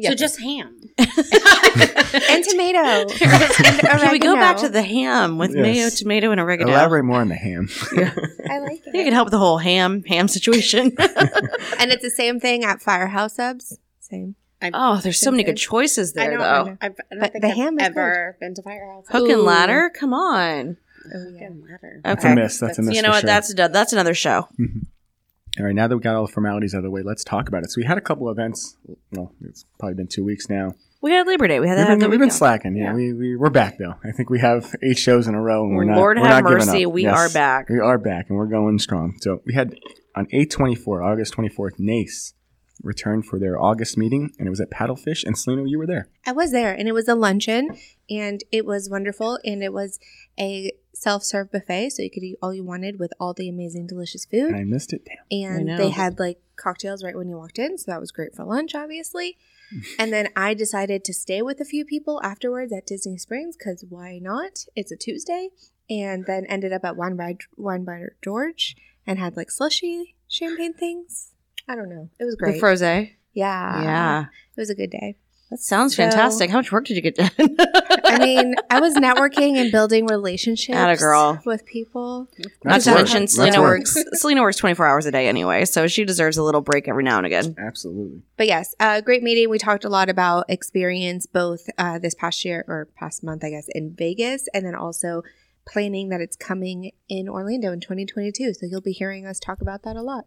Speaker 5: So just ham.
Speaker 4: and tomato.
Speaker 3: Can we go back to
Speaker 4: the?
Speaker 3: the ham with mayo,
Speaker 2: Yes.
Speaker 3: tomato, and oregano?
Speaker 2: Elaborate more on the ham.
Speaker 4: I like
Speaker 3: You could help with the whole ham ham situation.
Speaker 4: And it's the same thing at Firehouse Subs. Same.
Speaker 3: oh, there's so many good choices
Speaker 5: I
Speaker 3: there,
Speaker 5: don't,
Speaker 3: though.
Speaker 5: know. I've, I don't
Speaker 4: But
Speaker 5: think
Speaker 4: the
Speaker 5: I've
Speaker 4: ham is
Speaker 5: ever been to Firehouse.
Speaker 3: Hook and ladder, come on.
Speaker 4: Oh, yeah.
Speaker 5: Fucking ladder.
Speaker 2: That's
Speaker 3: Okay.
Speaker 2: a miss. That's a miss.
Speaker 3: you know
Speaker 2: for
Speaker 3: what?
Speaker 2: Sure.
Speaker 3: That's a, that's another show.
Speaker 2: all right. Now that we got all the formalities out of the way, let's talk about it. So we had a couple events. Well, it's probably been two weeks now.
Speaker 3: We had Labor Day. We had
Speaker 2: We've
Speaker 3: that.
Speaker 2: been,
Speaker 3: the
Speaker 2: we've been
Speaker 3: weekend.
Speaker 2: slacking. Yeah, we, we we're back though. I think we have eight shows in a row, and we're not.
Speaker 3: Lord
Speaker 2: we're
Speaker 3: have
Speaker 2: not giving
Speaker 3: mercy,
Speaker 2: up.
Speaker 3: we are back.
Speaker 2: We are back, and we're going strong. So we had on eight twenty four, August twenty fourth, NACE returned for their August meeting, and it was at Paddlefish. And Selena, you were there.
Speaker 4: I was there and it was a luncheon and it was wonderful and it was a self serve buffet so you could eat all you wanted with all the amazing delicious
Speaker 2: And
Speaker 4: food.
Speaker 2: I missed it. Damn.
Speaker 4: And
Speaker 3: I know.
Speaker 4: they had like cocktails right when you walked in, so that was great for lunch, obviously. and then I decided to stay with a few people afterwards at Disney Springs because why not? It's a Tuesday. And then ended up at Wine by Wine by George and had like slushy champagne things. I don't know. It was
Speaker 3: The
Speaker 4: great.
Speaker 3: Froze.
Speaker 4: yeah,
Speaker 5: Uh-huh.
Speaker 3: yeah.
Speaker 4: It was a good day.
Speaker 3: That sounds
Speaker 4: So-
Speaker 3: fantastic. How much work did you get done?
Speaker 4: I mean, I was networking and building relationships.
Speaker 3: Atta girl.
Speaker 4: with people.
Speaker 3: Not
Speaker 2: That's
Speaker 3: to
Speaker 2: work.
Speaker 3: mention,
Speaker 2: That's
Speaker 3: Selena
Speaker 2: work.
Speaker 3: works. Selena works 24 hours a day anyway, so she deserves a little break every now and again.
Speaker 2: Absolutely.
Speaker 4: But yes, uh, great meeting. We talked a lot about experience both uh, this past year or past month, I guess, in Vegas, and then also planning that it's coming in Orlando in 2022. So you'll be hearing us talk about that a lot.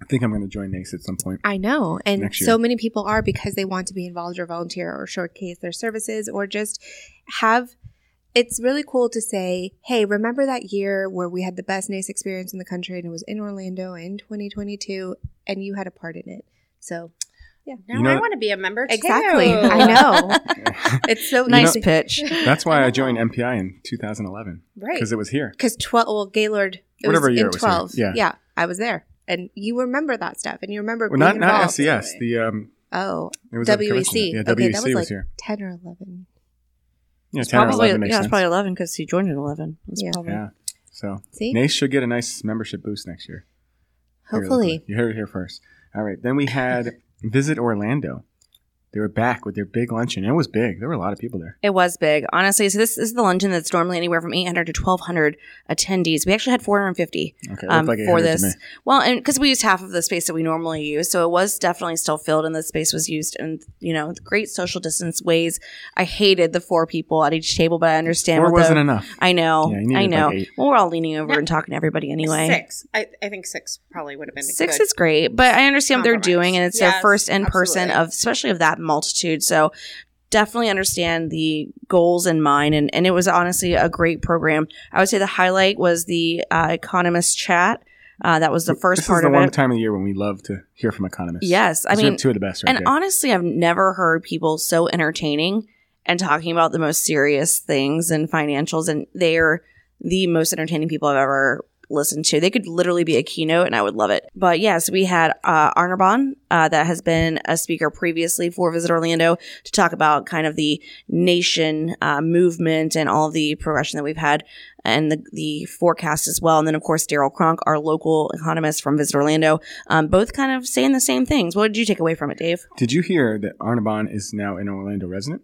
Speaker 2: I think I'm going to join NACE at some point.
Speaker 4: I know. And
Speaker 2: Next year.
Speaker 4: so many people are because they want to be involved or volunteer or showcase their services or just have it's really cool to say, hey, remember that year where we had the best NACE experience in the country and it was in Orlando in 2022 and you had a part in it. So
Speaker 5: Now
Speaker 2: You know-
Speaker 5: I want to be a member too.
Speaker 4: exactly, I know it's so
Speaker 3: Nice
Speaker 4: easy.
Speaker 3: pitch.
Speaker 2: That's why I joined MPI in 2011
Speaker 4: right?
Speaker 2: because it was here.
Speaker 4: Because twelve, well, Gaylord, it
Speaker 2: Whatever
Speaker 4: was
Speaker 2: year
Speaker 4: in
Speaker 2: it was,
Speaker 4: twelve.
Speaker 2: yeah.
Speaker 4: yeah. I was there, and you remember that stuff, and you remember
Speaker 2: Well, not
Speaker 4: being
Speaker 2: not
Speaker 4: involved.
Speaker 2: SES. The um,
Speaker 4: oh
Speaker 2: it was at the convention.
Speaker 4: WEC.
Speaker 2: Yeah,
Speaker 4: okay,
Speaker 2: WEC
Speaker 4: that was,
Speaker 2: was,
Speaker 4: like
Speaker 2: here.
Speaker 4: ten or eleven.
Speaker 2: Yeah,
Speaker 3: It's
Speaker 2: 10 or
Speaker 3: probably,
Speaker 2: 11 makes
Speaker 3: yeah, it's
Speaker 2: sense.
Speaker 3: probably 11 because he joined at 11. That's
Speaker 4: Yeah.
Speaker 3: probably-
Speaker 2: Yeah. So
Speaker 4: See,
Speaker 2: Nace should get a nice membership boost next year. Here, look,
Speaker 4: hopefully,
Speaker 2: You heard it here first. All right. Then we had Visit Orlando. They were back with their big luncheon. It was big. There were a lot of people there.
Speaker 3: It was big, honestly. So this, this is the luncheon that's normally anywhere from 800 to 1,200 attendees. We actually had 450
Speaker 2: Okay. It
Speaker 3: um,
Speaker 2: looked like 800
Speaker 3: for
Speaker 2: to me.
Speaker 3: this. Well, and because we used half of the space that we normally use, so it was definitely still filled, and the space was used in you know great social distance ways. I hated the four people at each table, but I understand.
Speaker 2: Four
Speaker 3: what the-
Speaker 2: wasn't enough.
Speaker 3: I know,
Speaker 2: Yeah, you needed
Speaker 3: I know.
Speaker 2: like eight.
Speaker 3: well, we're all leaning over
Speaker 5: No.
Speaker 3: and talking to everybody anyway.
Speaker 5: Six. I, I think six probably would have been
Speaker 3: Six
Speaker 5: good.
Speaker 3: is great, but I understand what they're
Speaker 5: compromise.
Speaker 3: doing, and it's their
Speaker 5: Yes,
Speaker 3: first in person
Speaker 5: absolutely.
Speaker 3: of, especially of that multitude. So definitely understand the goals in mind, and and it was honestly a great program. I would say the highlight was the uh, economist chat. Uh, that was the first
Speaker 2: this
Speaker 3: part
Speaker 2: is the
Speaker 3: of
Speaker 2: one
Speaker 3: it.
Speaker 2: time of the year when we love to hear from economists.
Speaker 3: Yes, I
Speaker 2: Those are
Speaker 3: mean,
Speaker 2: two of the best right
Speaker 3: and
Speaker 2: there.
Speaker 3: honestly, I've never heard people so entertaining and talking about the most serious things and financials, and they're the most entertaining people I've ever listened to. They could literally be a keynote, and I would love it. But yes, we had uh, Arnabon, uh, that has been a speaker previously for Visit Orlando, to talk about kind of the nation uh, movement and all the progression that we've had and the, the forecast as well. And then, of course, Daryl Kronk, our local economist from Visit Orlando, um, both kind of saying the same things. What did you take away from it, Dave?
Speaker 2: Did you hear that Arnabon is now an Orlando resident?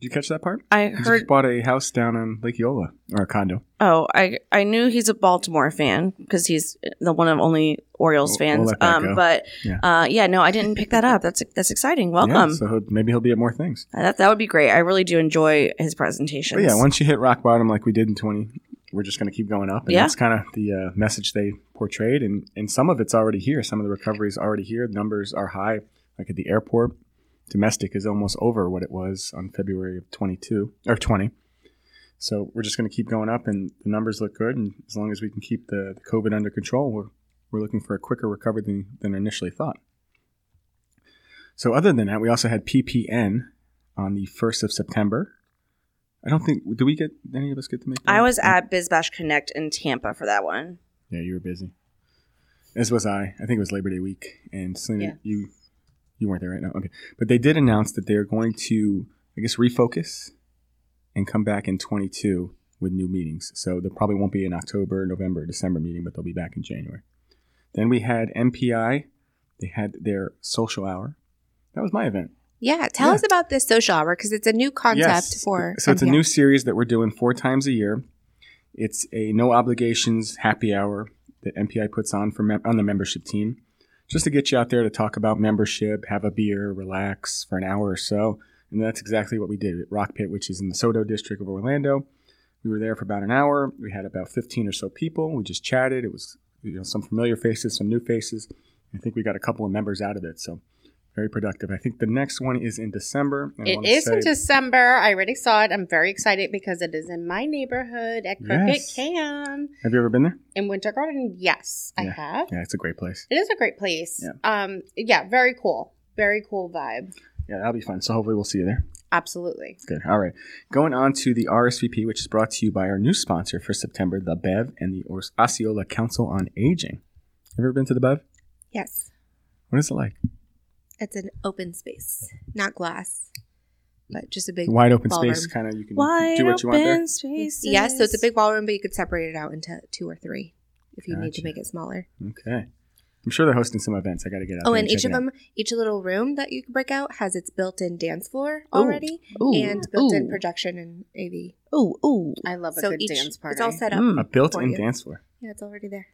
Speaker 2: Did you catch that part?
Speaker 3: I
Speaker 2: He
Speaker 3: heard.
Speaker 2: just bought a house down on Lake Eola or a condo.
Speaker 3: Oh, I I knew he's a Baltimore fan because he's the one of only Orioles
Speaker 2: We'll- we'll
Speaker 3: fans.
Speaker 2: let that go.
Speaker 3: um, but
Speaker 2: Yeah.
Speaker 3: uh, yeah, no, I didn't pick that up. That's that's exciting. Welcome.
Speaker 2: Yeah, so he'll- maybe he'll be at more things.
Speaker 3: Uh, that that would be great. I really do enjoy his presentations.
Speaker 2: But Oh, yeah, once you hit rock bottom like we did in 20, we're just going to keep going up. And
Speaker 3: Yeah.
Speaker 2: that's kind of the uh, message they portrayed. And, and some of it's already here. Some of the recovery is already here. The numbers are high. Like at the airport, domestic is almost over what it was on February of 22 or 20. So we're just going to keep going up, and the numbers look good. And as long as we can keep the, the COVID under control, we're, we're looking for a quicker recovery than, than initially thought. So, other than that, we also had PPN on the 1st of September. I don't think, do we get, did any of us get to make that?
Speaker 3: I was
Speaker 2: No?
Speaker 3: at BizBash Connect in Tampa for that one.
Speaker 2: Yeah, you were busy. As was I. I think it was Labor Day week, and Selena,
Speaker 5: Yeah.
Speaker 2: you you weren't there right now. Okay, but they did announce that they're going to, I guess, refocus and come back in 22 with new meetings. So there probably won't be an October, November, December meeting, but they'll be back in January. Then we had MPI. They had their social hour. That was my event.
Speaker 4: yeah. Tell
Speaker 2: Yeah.
Speaker 4: us about this social hour because it's a new concept
Speaker 2: Yes.
Speaker 4: for.
Speaker 2: So it's a
Speaker 4: MPI.
Speaker 2: new series that we're doing four times a year. It's a no obligations happy hour that MPI puts on for mem- on the membership team, just to get you out there to talk about membership, have a beer, relax for an hour or so. And that's exactly what we did at Rock Pit, which is in the Soto district of Orlando. We were there for about an hour. We had about 15 or so people. We just chatted. It was you know some familiar faces, some new faces. I think we got a couple of members out of it, so very productive. I think the next one is in December. and I
Speaker 5: It
Speaker 2: wanna
Speaker 5: is in
Speaker 2: say-
Speaker 5: December. I already saw it. I'm very excited because it is in my neighborhood at Crooked
Speaker 2: Yes.
Speaker 5: Can
Speaker 2: Have you ever been there?
Speaker 5: in Winter Garden. Yes, I have.
Speaker 2: Yeah, it's a great place.
Speaker 5: It is a great place.
Speaker 2: Yeah.
Speaker 5: Um, yeah, very cool. Very cool vibe.
Speaker 2: Yeah, that'll be fun. So hopefully we'll see you there.
Speaker 5: Absolutely.
Speaker 2: Good. All right. Going on to the RSVP, which is brought to you by our new sponsor for September, the Bev and the Os- Osceola Council on Aging. Ever been to the Bev?
Speaker 4: yes.
Speaker 2: What is it like?
Speaker 4: It's an open space, not glass, but just a big
Speaker 2: Wide open
Speaker 4: ballroom.
Speaker 2: space, kind of. You can
Speaker 3: Wide
Speaker 2: do what you want there. Mm-hmm.
Speaker 3: open spaces.
Speaker 4: Yes, so it's a big ballroom, but you could separate it out into two or three if you need
Speaker 2: Gotcha.
Speaker 4: to make it smaller.
Speaker 2: Okay. I'm sure they're hosting some events. I got to get out.
Speaker 4: oh,
Speaker 2: there
Speaker 4: and
Speaker 2: check
Speaker 4: each
Speaker 2: it
Speaker 4: of
Speaker 2: out.
Speaker 4: them, each little room that you can break out has its built-in dance floor already
Speaker 3: Ooh.
Speaker 4: and built-in
Speaker 3: Ooh.
Speaker 4: projection and AV.
Speaker 3: Ooh, ooh.
Speaker 5: I love a good dance party.
Speaker 4: it's all set up.
Speaker 3: Mm.
Speaker 2: A built-in
Speaker 4: for you.
Speaker 2: dance floor.
Speaker 4: Yeah, it's already there.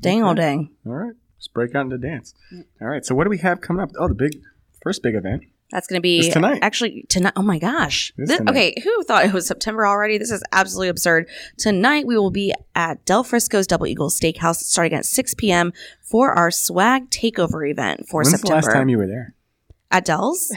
Speaker 3: Dang, all dang.
Speaker 2: All right. Let's break out into dance.
Speaker 4: Mm.
Speaker 2: All right. So what do we have coming up? Oh, the big first big event.
Speaker 3: That's going to be
Speaker 2: It's tonight.
Speaker 3: Actually, tonight. Oh my gosh.
Speaker 2: It is
Speaker 3: Thi-
Speaker 2: tonight.
Speaker 3: okay, who thought it was September already? This is absolutely absurd. Tonight we will be at Del Frisco's Double Eagle Steakhouse starting at 6 p.m. for our swag takeover event for
Speaker 2: When's
Speaker 3: September.
Speaker 2: the last time you were there?
Speaker 3: at Del's?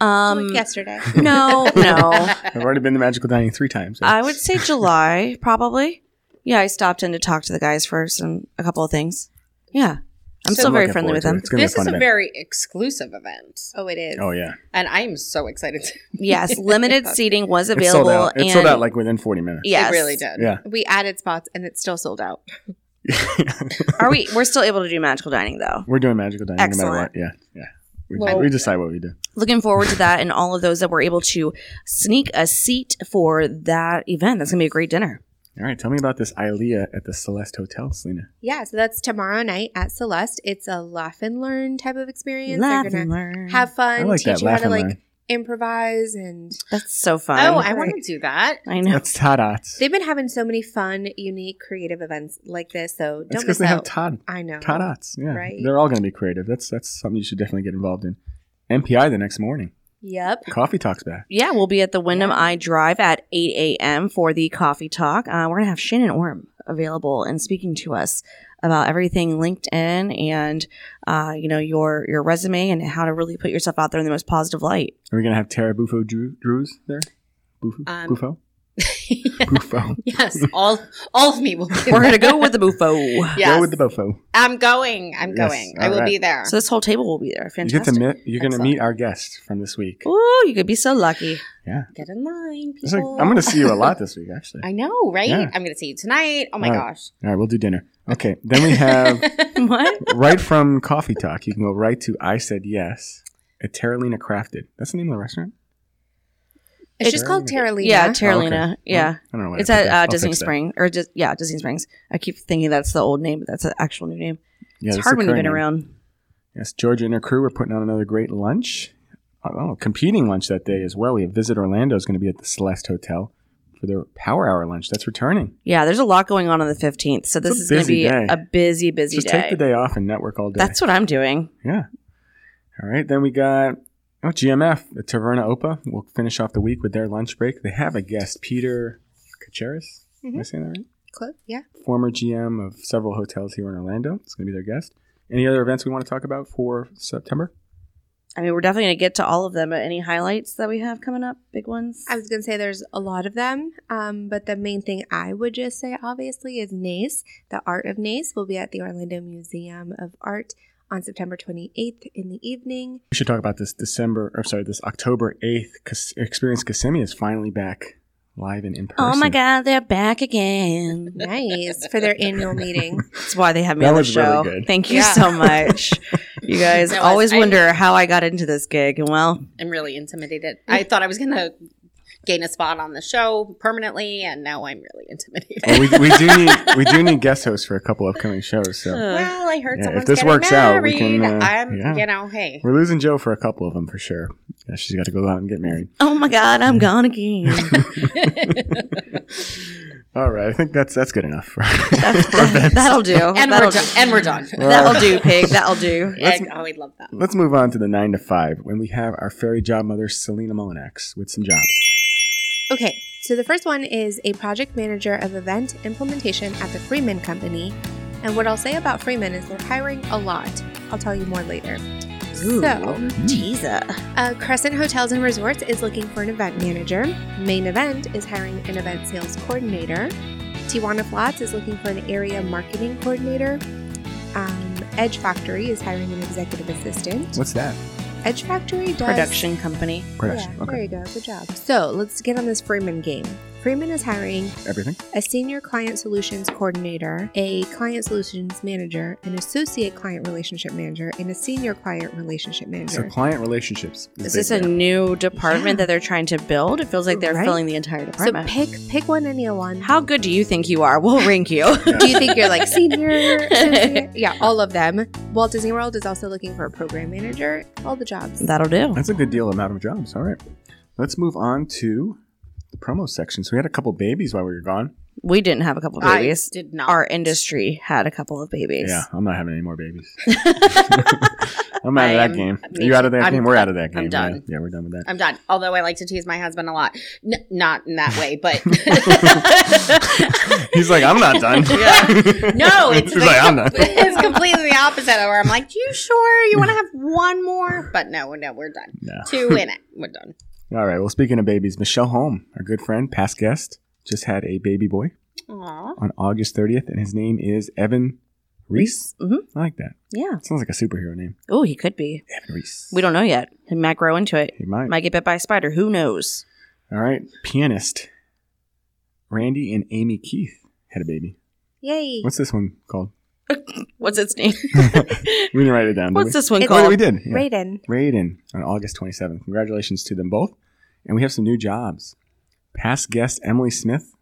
Speaker 3: Um,
Speaker 4: like yesterday.
Speaker 3: No, no.
Speaker 2: I've already been to Magical Dining three times. so-
Speaker 3: I would say July, probably. Yeah, I stopped in to talk to the guys for some a couple of things. Yeah, I'm
Speaker 5: So-
Speaker 3: still very
Speaker 2: looking
Speaker 3: friendly
Speaker 2: forward
Speaker 3: with
Speaker 2: to it.
Speaker 3: them.
Speaker 2: It's gonna be
Speaker 5: This
Speaker 2: fun
Speaker 5: is a
Speaker 2: event.
Speaker 5: very exclusive event,
Speaker 4: Oh, it is.
Speaker 2: Oh yeah,
Speaker 5: and I'm so excited.
Speaker 3: Yes, limited seating was
Speaker 2: it's sold
Speaker 3: available.
Speaker 2: out. It
Speaker 3: and
Speaker 2: sold out like within forty minutes.
Speaker 3: yes,
Speaker 5: It really did.
Speaker 2: Yeah.
Speaker 4: We added spots and it's still sold out.
Speaker 3: Are we? We're still able to do magical dining though.
Speaker 2: We're doing magical dining no matter
Speaker 3: Excellent.
Speaker 2: what. Yeah, yeah. We,
Speaker 5: Well-
Speaker 2: we decide what we do.
Speaker 3: Looking forward to that, and all of those that were able to sneak a seat for that event. That's gonna be a great dinner.
Speaker 2: All right, tell me about this Ilea at the Celeste Hotel, Selena.
Speaker 4: Yeah, so that's tomorrow night at Celeste. It's a laugh and learn type of experience.
Speaker 3: Laugh
Speaker 4: They're
Speaker 3: and
Speaker 4: gonna
Speaker 3: learn.
Speaker 4: have
Speaker 2: I
Speaker 4: fun,
Speaker 2: like
Speaker 4: teach
Speaker 2: that
Speaker 4: you how
Speaker 2: laugh
Speaker 4: to
Speaker 2: and
Speaker 4: like
Speaker 2: learn.
Speaker 4: improvise and
Speaker 3: That's so fun.
Speaker 5: Oh, I want to do that.
Speaker 3: I know.
Speaker 2: That's Todd Otts.
Speaker 4: they've been having so many fun, unique, creative events like this, so
Speaker 2: That's
Speaker 4: don't
Speaker 2: because
Speaker 4: miss
Speaker 2: they have
Speaker 4: out.
Speaker 2: Todd.
Speaker 4: I know.
Speaker 2: Todd Otts. Yeah,
Speaker 4: Right.
Speaker 2: they're all going to be creative. That's that's something you should definitely get involved in. MPI the next morning.
Speaker 4: Yep.
Speaker 2: Coffee talks back.
Speaker 3: Yeah, we'll be at the Wyndham Eye Drive at 8 a.m. for the coffee talk. Uh, we're going to have Shannon Orm available and speaking to us about everything LinkedIn and, uh, you know, your your resume and how to really put yourself out there in the most positive light.
Speaker 2: Are we going to have Tara Buffo Drew, Drews there? Buffo?
Speaker 5: Um,
Speaker 2: Buffo?
Speaker 5: Yeah.
Speaker 2: Buffo.
Speaker 5: Yes, all all of me will be
Speaker 3: We're
Speaker 5: there.
Speaker 3: going to go with the Bufo.
Speaker 5: Yes.
Speaker 2: Go with the Buffo.
Speaker 5: I'm going. I'm
Speaker 2: Yes,
Speaker 5: going. I
Speaker 2: all
Speaker 5: will
Speaker 2: right.
Speaker 5: be there.
Speaker 3: So this whole table will be there.
Speaker 2: You get to
Speaker 3: Fantastic.
Speaker 2: meet, you're going to meet our guest from this week.
Speaker 3: Ooh, you could be so lucky.
Speaker 5: Get in line,
Speaker 2: It's like-
Speaker 5: people.
Speaker 2: I'm going to see you a lot this week, actually.
Speaker 5: I know, right?
Speaker 2: Yeah.
Speaker 5: I'm going to see you tonight. Oh my
Speaker 2: All right.
Speaker 5: gosh.
Speaker 2: All right, we'll do dinner. Okay, then we have
Speaker 3: what?
Speaker 2: right from Coffee Talk. You can go right to I Said Yes at Terralina Crafted. That's the name of the restaurant?
Speaker 4: It's,
Speaker 3: It's-
Speaker 4: just called Terralina.
Speaker 3: Yeah,
Speaker 2: Oh,
Speaker 3: Terralina.
Speaker 2: okay.
Speaker 3: Yeah.
Speaker 2: I don't know. why I
Speaker 3: It's
Speaker 2: put
Speaker 3: at
Speaker 2: that.
Speaker 3: uh,
Speaker 2: I'll
Speaker 3: Disney
Speaker 2: fix that.
Speaker 3: Springs. Or just, yeah, Disney Springs. I keep thinking that's the old name, but that's the actual new name.
Speaker 2: Yeah,
Speaker 3: it's
Speaker 2: that's
Speaker 3: hard
Speaker 2: the
Speaker 3: when you've
Speaker 2: current
Speaker 3: been
Speaker 2: name.
Speaker 3: around.
Speaker 2: Yes, Georgia and her crew are putting on another great lunch. Oh, competing lunch that day as well. We have Visit Orlando is going to be at the Celeste Hotel for their Power Hour lunch. That's returning.
Speaker 3: Yeah, there's a lot going on on the 15th. So this
Speaker 2: a
Speaker 3: is going to
Speaker 2: busy
Speaker 3: be
Speaker 2: day.
Speaker 3: a busy, busy
Speaker 2: Just
Speaker 3: day.
Speaker 2: take the day off and network all day.
Speaker 3: That's what I'm doing.
Speaker 2: yeah. All right, then we got oh GMF the Taverna Opa. We'll finish off the week with their lunch break. They have a guest, Peter Kacharis.
Speaker 3: Mm-hmm.
Speaker 2: Am I saying that right?
Speaker 4: Close. Yeah.
Speaker 2: former GM of several hotels here in Orlando. It's going to be their guest. Any other events we want to talk about for September?
Speaker 3: I mean, we're definitely going to get to all of them. But any highlights that we have coming up? Big ones?
Speaker 4: I was gonna say there's a lot of them, um, but the main thing I would just say, obviously, is Nace. The Art of Nace will be at the Orlando Museum of Art on September 28th in the evening.
Speaker 2: We should talk about this December, or sorry, this October 8th. Cas- Experience Kissimmee is finally back live and in person.
Speaker 3: oh my God, they're back again.
Speaker 4: Nice for their annual meeting.
Speaker 3: That's why they have me
Speaker 2: That
Speaker 3: on the
Speaker 2: was really
Speaker 3: show.
Speaker 2: good.
Speaker 3: Thank you
Speaker 5: Yeah.
Speaker 3: so much. you guys
Speaker 5: That was-
Speaker 3: always
Speaker 5: I-
Speaker 3: wonder how I got into this gig. And well,
Speaker 5: I'm really intimidated. I thought I was going to gain a spot on the show permanently, and now I'm really intimidated.
Speaker 3: Uh,
Speaker 2: Well, we, we do need we do need guest hosts for a couple upcoming shows. So
Speaker 5: well, I heard
Speaker 2: Yeah, if
Speaker 5: someone's
Speaker 2: this
Speaker 5: getting
Speaker 2: works out, we
Speaker 5: married.
Speaker 2: can, uh,
Speaker 5: I'm,
Speaker 2: yeah.
Speaker 5: you know, hey.
Speaker 2: we're losing Joe for a couple of them for sure. Yeah, she's got to go out and get married.
Speaker 3: oh my God, I'm gone again.
Speaker 2: All right, I think that's that's good enough.
Speaker 3: That's- that'll do.
Speaker 5: And
Speaker 3: that'll
Speaker 5: we're done. And we're done.
Speaker 3: That'll do, pig. That'll do.
Speaker 5: Egg. Oh, I love that.
Speaker 2: Let's move on to the nine to five when we have our fairy job mother Selena Molinax with some jobs.
Speaker 4: Okay, so the first one is a project manager of event implementation at the Freeman Company. And what I'll say about Freeman is they're hiring a lot. I'll tell you more later. So,
Speaker 3: Jesus.
Speaker 4: uh, Crescent Hotels and Resorts is looking for an event manager. Main Event is hiring an event sales coordinator. Tijuana Flats is looking for an area marketing coordinator. Um, Edge Factory is hiring an executive assistant.
Speaker 2: What's that?
Speaker 4: Edge Factory does
Speaker 3: Production company.
Speaker 2: Production.
Speaker 4: Yeah,
Speaker 2: okay.
Speaker 4: there you go. Good job. So let's get on this Freeman game. Freeman is hiring
Speaker 2: Everything.
Speaker 4: a senior client solutions coordinator, a client solutions manager, an associate client relationship manager, and a senior client relationship
Speaker 2: So
Speaker 4: manager.
Speaker 2: client relationships.
Speaker 3: Is
Speaker 2: big
Speaker 3: this a
Speaker 2: there.
Speaker 3: new department
Speaker 4: Yeah.
Speaker 3: that they're trying to build? It feels like they're
Speaker 4: Right.
Speaker 3: filling the entire
Speaker 4: So
Speaker 3: department.
Speaker 4: pick pick one, any one.
Speaker 3: How good do you think you are? We'll rank you.
Speaker 4: do you think you're like senior? associate? yeah, all of them. Walt Disney World is also looking for a program manager. All the jobs.
Speaker 3: That'll do.
Speaker 2: That's a good deal amount of jobs. All right. Let's move on to the promo section. So we had a couple babies while we were gone.
Speaker 3: We didn't have a couple of babies.
Speaker 5: I did not.
Speaker 3: Our industry had a couple of babies.
Speaker 2: Yeah, I'm not having any more babies. I'm out
Speaker 5: I
Speaker 2: of that
Speaker 5: am-
Speaker 2: game.
Speaker 5: me
Speaker 2: you out of that
Speaker 5: too. I'm-
Speaker 2: game? We're out of that game.
Speaker 5: I'm done.
Speaker 2: Yeah, Yeah, we're done with that.
Speaker 5: I'm done. Although I like to tease my husband a lot. N- not in that way, but.
Speaker 2: He's like, I'm not done.
Speaker 5: Yeah. No, it's
Speaker 2: He's like, I'm
Speaker 5: the-
Speaker 2: not.
Speaker 5: It's completely the opposite of her. I'm like, you sure you want to have one more? But no, no, we're done.
Speaker 2: No.
Speaker 5: Two in it. We're done.
Speaker 2: All right. Well, speaking of babies, Michelle Holm, our good friend, past guest, just had a baby boy
Speaker 5: Aw.
Speaker 2: on August 30th, and his name is Evan Reese.
Speaker 3: Mhm.
Speaker 2: I like that.
Speaker 3: Yeah.
Speaker 2: Sounds like a superhero name.
Speaker 3: Oh, he could be.
Speaker 2: Evan Reese.
Speaker 3: We don't know yet. He might grow into it.
Speaker 2: He might.
Speaker 3: Might get bit by a spider. Who knows?
Speaker 2: All right. Pianist Randy and Amy Keith had a baby.
Speaker 4: Yay.
Speaker 2: What's this one called?
Speaker 3: What's its name?
Speaker 2: We didn't write it down. did
Speaker 3: What's
Speaker 2: we?
Speaker 3: this one
Speaker 4: It's-
Speaker 2: Oh, yeah, we
Speaker 3: called?
Speaker 2: did. Yeah.
Speaker 4: Raiden.
Speaker 2: Raiden on August 27th. Congratulations to them both. And we have some new jobs. Past guest Emily Smith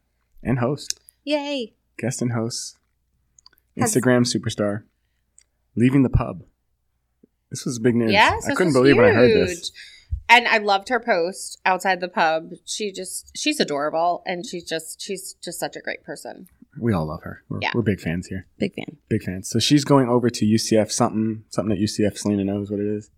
Speaker 2: and host,
Speaker 4: Yay.
Speaker 2: guest and host,
Speaker 4: Has-
Speaker 2: Instagram superstar, leaving the pub. This was big news.
Speaker 5: Yes,
Speaker 2: I
Speaker 5: this
Speaker 2: couldn't
Speaker 5: is
Speaker 2: believe when I heard
Speaker 5: huge.
Speaker 2: this.
Speaker 5: And I loved her post outside the pub. She just she's adorable and she's just she's just such a great person.
Speaker 2: We all love her. We're,
Speaker 5: Yeah.
Speaker 2: we're big fans here.
Speaker 3: Big fan.
Speaker 2: Big fans. So she's going over to UCF something, something at UCF. Selena knows what it is.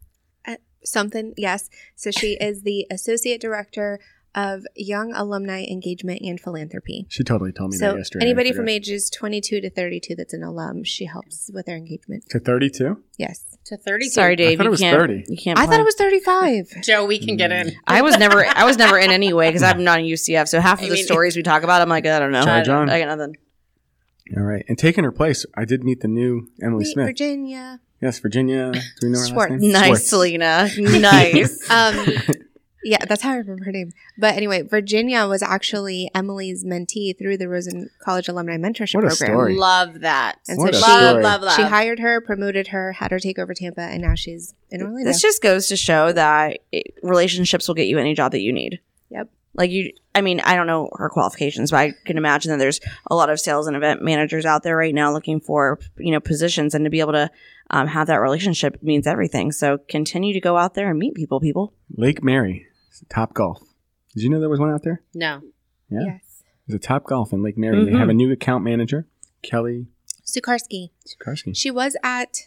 Speaker 4: Uh, Something, yes. So she is the associate director of young alumni engagement and philanthropy.
Speaker 2: She totally told me
Speaker 4: So
Speaker 2: that yesterday.
Speaker 4: anybody
Speaker 2: I
Speaker 4: from
Speaker 2: forgot.
Speaker 4: ages 22 to 32 that's an alum, she helps with their engagement.
Speaker 2: to 32?
Speaker 4: Yes.
Speaker 5: To 32.
Speaker 3: Sorry, Dave.
Speaker 2: thought it
Speaker 3: you
Speaker 2: was
Speaker 3: can't,
Speaker 2: 30.
Speaker 3: You can't.
Speaker 4: I thought
Speaker 3: play.
Speaker 4: it was 35.
Speaker 5: Joe, we can get in.
Speaker 2: Mm.
Speaker 3: I was never. I was never in anyway because I'm not in UCF. So half of
Speaker 5: I
Speaker 3: the
Speaker 5: mean-
Speaker 3: stories we talk about, I'm like, I don't know.
Speaker 2: Sorry, John.
Speaker 3: I got nothing.
Speaker 2: All right. And taking her place, I did meet the new Emily
Speaker 4: Meet
Speaker 2: Smith.
Speaker 4: Virginia.
Speaker 2: Yes, Virginia. Do we know her
Speaker 4: Schwartz.
Speaker 2: last name?
Speaker 3: Nice,
Speaker 2: Schwartz.
Speaker 3: Selena. Nice.
Speaker 4: Um, yeah, that's how I remember her name. But anyway, Virginia was actually Emily's mentee through the Rosen College Alumni Mentorship
Speaker 2: What a
Speaker 4: Program.
Speaker 2: story.
Speaker 5: Love that.
Speaker 4: And
Speaker 2: What
Speaker 4: so
Speaker 2: a
Speaker 4: she-
Speaker 2: story.
Speaker 5: love, love, love.
Speaker 4: She hired her, promoted her, had her take over Tampa, and now she's in Orlando.
Speaker 3: This just goes to show that it, relationships will get you any job that you need.
Speaker 4: Yep.
Speaker 3: Like you, I mean, I don't know her qualifications, but I can imagine that there's a lot of sales and event managers out there right now looking for you know positions, and to be able to um, have that relationship means everything. So continue to go out there and meet people, people.
Speaker 2: Lake Mary, Top Golf. Did you know there was one out there?
Speaker 5: no.
Speaker 2: Yeah.
Speaker 4: Yes.
Speaker 2: There's a Top Golf in Lake Mary. They
Speaker 3: Mhm.
Speaker 2: have a new account manager, Kelly
Speaker 4: Sukarski.
Speaker 2: Sikorsky.
Speaker 4: She was at,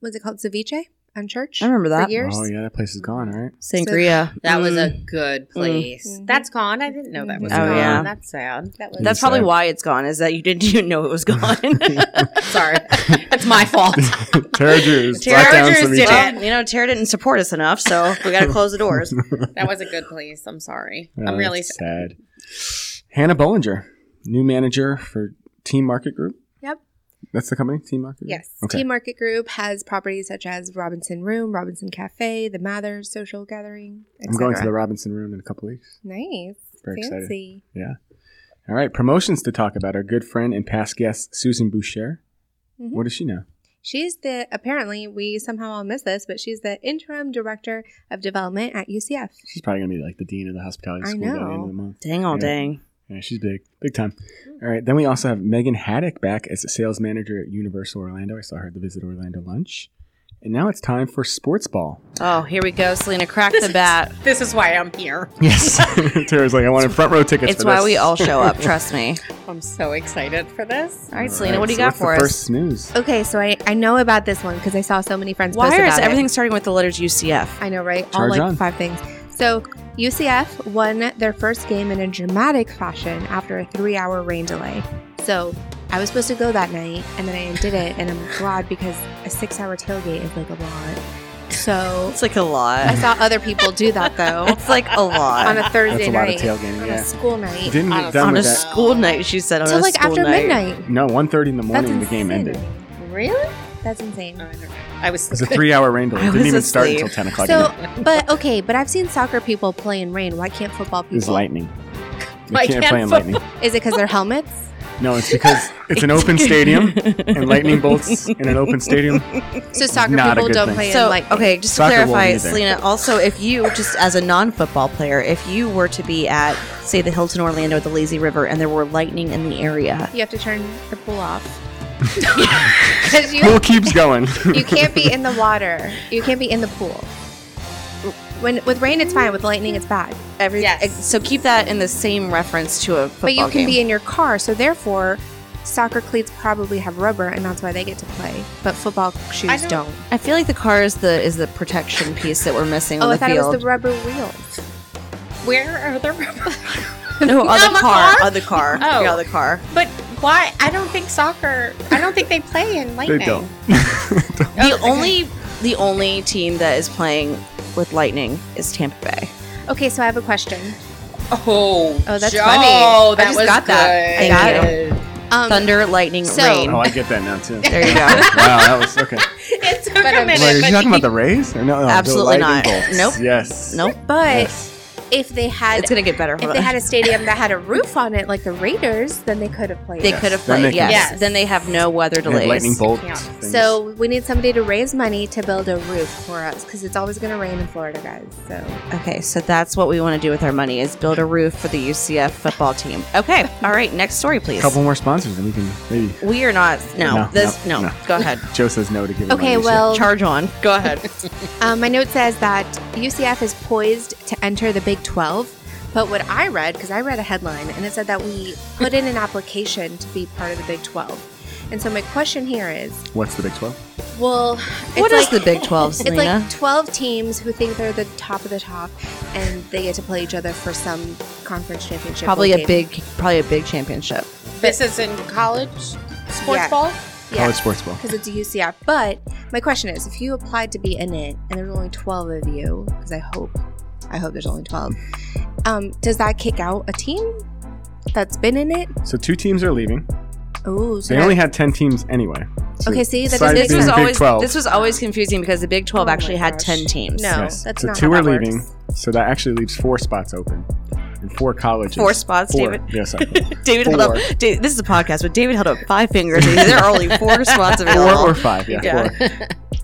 Speaker 4: what's it called, Ceviche on church?
Speaker 3: I remember that
Speaker 4: For years.
Speaker 2: Oh yeah, that place is gone, right?
Speaker 3: sangria.
Speaker 5: That was
Speaker 3: Mm. Mm-hmm.
Speaker 5: a good place.
Speaker 4: Mhm.
Speaker 5: That's gone. I didn't know that was
Speaker 3: Oh,
Speaker 5: gone.
Speaker 3: yeah.
Speaker 5: That's sad.
Speaker 4: That was
Speaker 3: That's
Speaker 2: Sad.
Speaker 3: probably why it's gone. Is that you didn't even know it was gone?
Speaker 5: Sorry. That's my fault.
Speaker 2: Tara Drews.
Speaker 5: Tara
Speaker 2: brought down
Speaker 5: Drews
Speaker 2: some
Speaker 5: did
Speaker 2: each-
Speaker 5: it.
Speaker 3: well, you know, Tara didn't support us enough, so we got to close the doors.
Speaker 5: That was a good place. I'm sorry.
Speaker 2: Oh,
Speaker 5: I'm really
Speaker 2: that's
Speaker 5: sad.
Speaker 2: sad. Hannah Bollinger, new manager for Team Market Group.
Speaker 4: Yep.
Speaker 2: That's the company, Team Market. Group?
Speaker 4: Yes.
Speaker 2: Okay.
Speaker 4: Team Market Group has properties such as Robinson Room, Robinson Cafe, the Mathers Social Gathering,
Speaker 2: I'm going to the
Speaker 4: etc.
Speaker 2: Robinson Room in a couple weeks.
Speaker 4: Nice.
Speaker 2: Very excited.
Speaker 4: Fancy.
Speaker 2: All right, promotions to talk about. Our good friend and past guest Susan Boucher.
Speaker 4: Mhm.
Speaker 2: What does she know?
Speaker 4: She's the, apparently, we somehow all missed this, but she's the interim director of development at UCF.
Speaker 2: She's probably gonna be like the dean of the hospitality
Speaker 4: I
Speaker 2: school by the end
Speaker 4: know.
Speaker 2: of the month.
Speaker 3: Dang all
Speaker 2: Yeah.
Speaker 3: dang.
Speaker 2: Yeah, she's big, big time. All right, then we also have Megan Haddock back as a sales manager at Universal Orlando. I saw her at the Visit Orlando lunch, and now it's time for sports ball.
Speaker 3: Oh, here we go, Selena. Crack the bat.
Speaker 5: This is why I'm here.
Speaker 2: Yes, Tara's like, I wanted front row tickets.
Speaker 3: It's
Speaker 2: for
Speaker 3: why
Speaker 2: this."
Speaker 3: we all show up. Trust me.
Speaker 5: I'm so excited for this.
Speaker 3: All right, Selena,
Speaker 2: All
Speaker 3: what do
Speaker 2: right,
Speaker 3: you
Speaker 2: so
Speaker 3: got
Speaker 2: what's
Speaker 3: for
Speaker 2: the
Speaker 3: us?
Speaker 2: First news.
Speaker 4: Okay, so I, I know about this one because I saw so many friends
Speaker 3: Why
Speaker 4: post
Speaker 3: is
Speaker 4: about it.
Speaker 3: everything starting with the letters UCF?
Speaker 4: I know, right? All
Speaker 2: Charge
Speaker 4: like
Speaker 2: on.
Speaker 4: five things. So UCF won their first game in a dramatic fashion after a three-hour rain delay. So I was supposed to go that night, and then I didn't, and I'm glad because a six-hour tailgate is like a lot. So
Speaker 3: It's like a
Speaker 4: I
Speaker 3: lot.
Speaker 4: saw other people do that though
Speaker 3: It's like a
Speaker 4: on
Speaker 3: lot.
Speaker 4: a
Speaker 2: That's
Speaker 4: Thursday
Speaker 2: a lot of
Speaker 4: night,
Speaker 2: tailgating.
Speaker 4: on a
Speaker 2: Yeah,
Speaker 4: school night,
Speaker 2: didn't
Speaker 5: On
Speaker 2: get
Speaker 5: a-
Speaker 2: done
Speaker 3: on a
Speaker 2: with that.
Speaker 3: school night, she said. On
Speaker 4: till
Speaker 3: a
Speaker 4: like
Speaker 3: school
Speaker 4: after
Speaker 3: night.
Speaker 4: midnight.
Speaker 2: No, 1.30 in the
Speaker 4: That's
Speaker 2: morning. The game
Speaker 4: insane.
Speaker 2: ended.
Speaker 5: Really?
Speaker 4: That's insane.
Speaker 5: Oh, I, don't know. I was
Speaker 2: It was a three-hour rain delay.
Speaker 3: I
Speaker 2: It didn't
Speaker 3: was
Speaker 2: even start
Speaker 3: asleep.
Speaker 2: until 10 o'clock. at
Speaker 4: So,
Speaker 2: night.
Speaker 4: but okay, but I've seen soccer people play in rain. Why can't football
Speaker 2: it was
Speaker 4: people?
Speaker 2: lightning. You
Speaker 5: I
Speaker 2: can't
Speaker 5: can't
Speaker 2: play in lightning.
Speaker 4: Is it because their helmets?
Speaker 2: No, it's because it's an open stadium and lightning bolts in an open stadium.
Speaker 4: So soccer
Speaker 2: Not a
Speaker 4: people
Speaker 2: good
Speaker 4: don't
Speaker 2: thing.
Speaker 4: play
Speaker 3: So
Speaker 4: in like
Speaker 3: okay, just to
Speaker 2: Soccer won't
Speaker 3: clarify,
Speaker 2: either.
Speaker 3: Selena. Also, if you just as a non-football player, if you were to be at say the Hilton Orlando at the Lazy River and there were lightning in the area,
Speaker 4: You have to turn the pool off because you
Speaker 2: Pool keeps going.
Speaker 4: you can't be in the water. You can't be in the pool. When with rain, it's fine. With lightning, it's bad.
Speaker 3: every
Speaker 5: Yes.
Speaker 3: so keep that in the same reference to a football
Speaker 4: but you can
Speaker 3: game.
Speaker 4: be in your car, so therefore, soccer cleats probably have rubber, and that's why they get to play. But football shoes
Speaker 5: I
Speaker 4: don't.
Speaker 5: don't-
Speaker 3: I feel like the car is the is the protection piece that we're missing
Speaker 4: Oh,
Speaker 3: on
Speaker 4: I
Speaker 3: the
Speaker 4: thought
Speaker 3: field.
Speaker 4: it was the rubber wheels.
Speaker 5: Where are the rubber?
Speaker 3: No, on
Speaker 5: No,
Speaker 3: the
Speaker 5: my
Speaker 3: car,
Speaker 5: car?
Speaker 3: On the car.
Speaker 5: Oh.
Speaker 3: Yeah, on the car.
Speaker 5: But Why? I don't think soccer. I don't think they play in lightning.
Speaker 2: They don't.
Speaker 4: Oh,
Speaker 3: The only the only team that is playing with lightning is Tampa Bay.
Speaker 4: Okay, so I have a question.
Speaker 5: Oh,
Speaker 4: Oh, that's
Speaker 5: Joe,
Speaker 4: funny. I
Speaker 5: that
Speaker 3: just
Speaker 5: was
Speaker 3: got that. I got
Speaker 5: good.
Speaker 4: Um,
Speaker 3: Thunder, lightning,
Speaker 4: so-
Speaker 3: rain.
Speaker 2: Oh, I get that now too.
Speaker 3: There you go.
Speaker 2: wow, that was okay.
Speaker 5: It took
Speaker 4: But um,
Speaker 5: a
Speaker 4: I'm
Speaker 5: minute.
Speaker 2: Wait, are you
Speaker 5: but
Speaker 2: talking
Speaker 5: he-
Speaker 2: about the Rays? Or no, no, the
Speaker 3: Absolutely
Speaker 2: lightning
Speaker 3: not.
Speaker 2: bolts.
Speaker 3: Nope.
Speaker 2: Yes.
Speaker 3: Nope.
Speaker 4: but
Speaker 2: Yes.
Speaker 4: if they had
Speaker 3: It's gonna get better.
Speaker 4: if they had a stadium that had a roof on it like the Raiders, then they could have played.
Speaker 3: they
Speaker 4: it.
Speaker 3: could have
Speaker 2: Then they
Speaker 3: played. Yes.
Speaker 2: can-
Speaker 5: Yes.
Speaker 3: Then they have no
Speaker 2: They
Speaker 3: weather
Speaker 2: have
Speaker 3: delays.
Speaker 2: lightning bolt.
Speaker 5: Yeah.
Speaker 2: things.
Speaker 4: So we need somebody to raise money to build a roof for us because it's always going to rain in Florida, guys. So
Speaker 3: Okay, so that's what we want to do with our money is build a roof for the UCF football team. Okay, all right, next story,
Speaker 2: a
Speaker 3: please.
Speaker 2: couple more sponsors, and we can maybe.
Speaker 3: We are not. No,
Speaker 2: No,
Speaker 3: this
Speaker 2: no,
Speaker 3: no,
Speaker 2: no.
Speaker 3: Go ahead.
Speaker 2: Joe says no to give.
Speaker 4: Okay,
Speaker 2: money, so-
Speaker 4: well-
Speaker 3: Charge on. Go ahead.
Speaker 4: um, my note says that UCF is poised to enter the Big 12. But what I read, because I read a headline and it said that we put in an application to be part of the Big 12. And so my question here is,
Speaker 2: what's the Big Twelve?
Speaker 4: well,
Speaker 3: What
Speaker 4: it's
Speaker 3: is the Big 12,
Speaker 4: It's
Speaker 3: Selena?
Speaker 4: like 12 teams who think they're the top of the top and they get to play each other for some conference championship.
Speaker 3: probably
Speaker 4: bowl
Speaker 3: a
Speaker 4: game.
Speaker 3: big, probably a big championship.
Speaker 5: This is in college sports
Speaker 4: Yeah.
Speaker 5: ball.
Speaker 4: Yeah.
Speaker 2: College sports ball.
Speaker 4: because it's a UCF. But my question is, if you applied to be in it, and there's only 12 of you, because I hope, I hope there's only 12. Um, does that kick out a team that's been in it?
Speaker 2: So two teams are leaving.
Speaker 4: Oh, so
Speaker 2: They
Speaker 4: that-
Speaker 2: only had ten teams anyway. So
Speaker 4: Okay, see, that
Speaker 2: besides
Speaker 4: doesn't
Speaker 3: This
Speaker 4: Big
Speaker 2: being
Speaker 3: was
Speaker 4: Ten.
Speaker 2: Big
Speaker 3: always
Speaker 2: 12,
Speaker 3: this was always confusing because the Big Twelve
Speaker 4: Oh my
Speaker 3: actually had
Speaker 4: gosh.
Speaker 3: ten teams.
Speaker 4: No, that's
Speaker 2: so
Speaker 4: not
Speaker 2: two
Speaker 4: how
Speaker 2: are
Speaker 4: that
Speaker 2: leaving.
Speaker 4: works.
Speaker 2: So that actually leaves four spots open, and four colleges.
Speaker 3: Four spots,
Speaker 2: Four.
Speaker 3: David.
Speaker 2: Yes. I-
Speaker 3: David held up. Da- this is a podcast, but David held up five fingers. and there are only four spots
Speaker 2: Four
Speaker 3: available.
Speaker 2: or five. Yeah.
Speaker 3: Yeah.
Speaker 2: Four.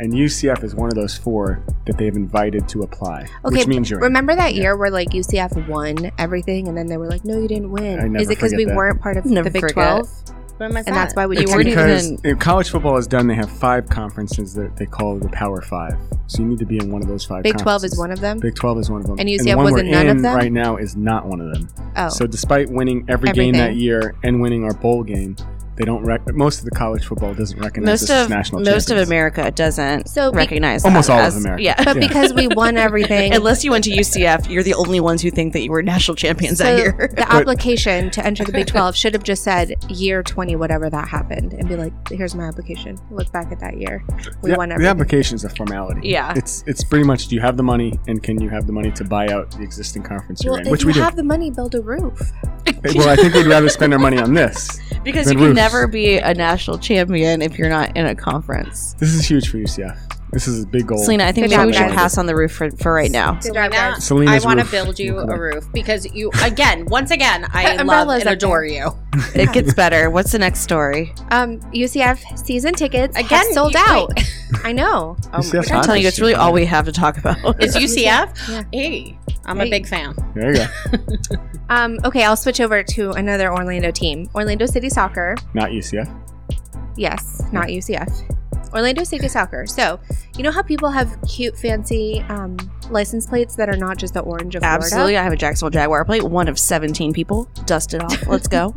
Speaker 2: And UCF is one of those four that they've invited to apply,
Speaker 4: Okay,
Speaker 2: which means you're. in.
Speaker 4: Remember that year where like UCF won everything, and then they were like, "No, you didn't win."
Speaker 2: I never
Speaker 4: Is it because
Speaker 2: forget
Speaker 4: we
Speaker 2: that.
Speaker 4: weren't part of
Speaker 3: Never
Speaker 4: the Big
Speaker 3: forget.
Speaker 4: Twelve,
Speaker 5: When was
Speaker 4: and that's why we
Speaker 3: It's
Speaker 4: didn't
Speaker 2: It's
Speaker 3: weren't
Speaker 4: win?
Speaker 2: because
Speaker 3: even-
Speaker 2: if college football is done. They have five conferences that they call the Power Five. So you need to be in one of those five.
Speaker 4: Big Twelve is
Speaker 2: conferences.
Speaker 4: one of them.
Speaker 2: Big Twelve is one of them.
Speaker 4: And UCF
Speaker 2: one
Speaker 4: was
Speaker 2: we're
Speaker 4: in none of
Speaker 2: in
Speaker 4: them?
Speaker 2: Right now is not one of them.
Speaker 4: oh,
Speaker 2: So despite winning every game that
Speaker 4: Everything.
Speaker 2: year and winning our bowl game, they don't. Rec- most of the college football doesn't recognize
Speaker 3: Most
Speaker 2: this as
Speaker 3: of
Speaker 2: national.
Speaker 3: most of
Speaker 2: champions.
Speaker 3: America doesn't
Speaker 4: So be-
Speaker 3: recognize
Speaker 2: Almost
Speaker 3: that
Speaker 2: all of
Speaker 3: as-
Speaker 2: America.
Speaker 3: Yeah,
Speaker 4: but
Speaker 2: Yeah.
Speaker 4: because we won everything,
Speaker 3: Unless you went to UCF, you're the only ones who think that you were national champions
Speaker 4: So
Speaker 3: that year.
Speaker 4: the application to enter the Big 12 should have just said year 20, whatever that happened, and be like, here's my application. Look back at that year. We
Speaker 2: the,
Speaker 4: won
Speaker 2: the
Speaker 4: everything.
Speaker 2: application is a formality.
Speaker 3: Yeah.
Speaker 2: it's it's pretty much. Do you have the money, and can you have the money to buy out the existing conference
Speaker 4: well,
Speaker 2: you're
Speaker 4: if
Speaker 2: in? Which
Speaker 4: you
Speaker 2: we do.
Speaker 4: have the money, build a roof.
Speaker 2: well, I think we'd rather spend our money on this.
Speaker 3: because
Speaker 2: the
Speaker 3: you can
Speaker 2: roofs.
Speaker 3: never be a national champion if you're not in a conference.
Speaker 2: This is huge for UCF. This is a big goal.
Speaker 3: Selena, I think maybe
Speaker 4: Good job,
Speaker 3: we should
Speaker 4: guys.
Speaker 3: pass on the roof for, for right now.
Speaker 4: Good
Speaker 5: Selena,
Speaker 4: job, guys.
Speaker 5: I
Speaker 2: Selena's
Speaker 5: want to
Speaker 2: roof.
Speaker 5: build you
Speaker 2: Look at
Speaker 5: a
Speaker 2: that.
Speaker 5: roof because you, again, once again, I love
Speaker 4: umbrella's
Speaker 5: and
Speaker 4: up
Speaker 5: adore you.
Speaker 3: It gets better. What's the next story?
Speaker 4: Um, UCF season tickets have
Speaker 5: Again,
Speaker 4: sold
Speaker 5: you-
Speaker 4: out. I know.
Speaker 2: Oh UCF's
Speaker 3: I'm
Speaker 2: hot
Speaker 3: telling you,
Speaker 2: this
Speaker 3: it's really
Speaker 2: year.
Speaker 3: all we have to talk about.
Speaker 5: It's UCF.
Speaker 4: Yeah.
Speaker 5: Hey, I'm
Speaker 4: Hey.
Speaker 5: a big fan.
Speaker 2: There you go.
Speaker 4: Um, okay, I'll switch over to another Orlando team, Orlando City Soccer.
Speaker 2: Not UCF.
Speaker 4: Yes, not UCF. Orlando City Soccer. So, you know how people have cute, fancy um, license plates that are not just the orange of Florida?
Speaker 3: Absolutely. I have a Jacksonville Jaguar plate, one of 17 people. Dust it off. Let's go.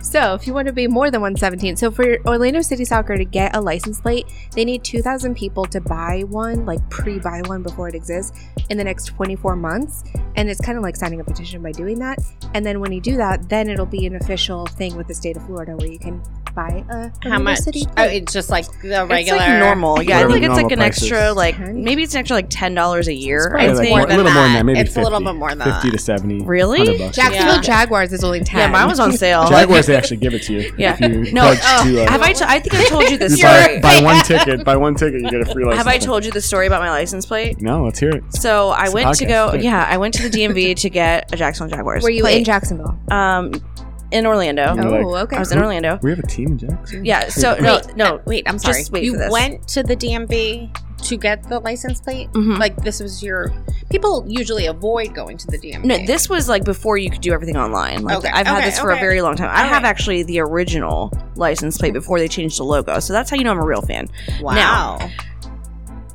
Speaker 4: So, if you want to be more than 117, so for Orlando City Soccer to get a license plate, they need 2,000 people to buy one, like pre buy one before it exists, in the next 24 months. And it's kind of like signing a petition by doing that. And then when you do that, then it'll be an official thing with the state of Florida where you can buy a
Speaker 5: How
Speaker 4: Orlando
Speaker 5: much?
Speaker 4: City
Speaker 5: Oh,
Speaker 4: plate.
Speaker 5: it's just like the regular.
Speaker 3: It's like normal. Yeah, I
Speaker 2: Whatever
Speaker 3: think it's like
Speaker 2: normal
Speaker 3: an
Speaker 2: price
Speaker 3: extra,
Speaker 2: is.
Speaker 3: like,
Speaker 4: Okay.
Speaker 3: maybe it's an extra like $10 a year.
Speaker 2: Probably
Speaker 3: I
Speaker 2: like
Speaker 3: think.
Speaker 2: more- a little more than
Speaker 5: that.
Speaker 2: that. Maybe
Speaker 5: It's a little
Speaker 2: 50.
Speaker 5: bit more than
Speaker 2: Fifty to
Speaker 5: that.
Speaker 2: seventy.
Speaker 3: Really?
Speaker 2: 100 bucks.
Speaker 4: Jacksonville
Speaker 5: Yeah.
Speaker 4: Jaguars is only 10.
Speaker 3: yeah, mine was on sale.
Speaker 2: Jaguars, they actually give it to you.
Speaker 3: Yeah.
Speaker 2: If you
Speaker 3: No,
Speaker 2: pledge
Speaker 3: oh,
Speaker 2: to, uh,
Speaker 3: have I? T- I think I told you this
Speaker 2: you buy,
Speaker 3: story.
Speaker 2: buy one ticket. Buy one ticket, you get a free license.
Speaker 3: Have I
Speaker 2: plate.
Speaker 3: told you the story about my license plate?
Speaker 2: No, let's hear it.
Speaker 3: So I
Speaker 2: It's a
Speaker 3: went to
Speaker 2: podcast,
Speaker 3: go.
Speaker 2: right?
Speaker 3: Yeah, I went to the DMV to get a Jacksonville Jaguars.
Speaker 4: Were you
Speaker 3: plate.
Speaker 4: in Jacksonville?
Speaker 3: Um, in Orlando.
Speaker 2: No. Mm-hmm. You're
Speaker 4: oh, okay.
Speaker 3: I was in Orlando.
Speaker 2: We have a team in Jackson.
Speaker 3: Yeah. So no, no.
Speaker 5: Oh, wait. I'm sorry.
Speaker 3: Just wait
Speaker 5: you
Speaker 3: for this.
Speaker 5: went to the DMV to get the license plate.
Speaker 3: Mhm.
Speaker 5: Like this was your. People usually avoid going to the DMV.
Speaker 3: No, this was like before you could do everything online. Like
Speaker 5: Okay,
Speaker 3: I've had
Speaker 5: okay,
Speaker 3: this for a
Speaker 5: okay.
Speaker 3: very long time. I
Speaker 5: All
Speaker 3: have
Speaker 5: right.
Speaker 3: actually the original license plate before they changed the logo. So that's how you know I'm a real fan.
Speaker 5: wow. Oh.
Speaker 3: now.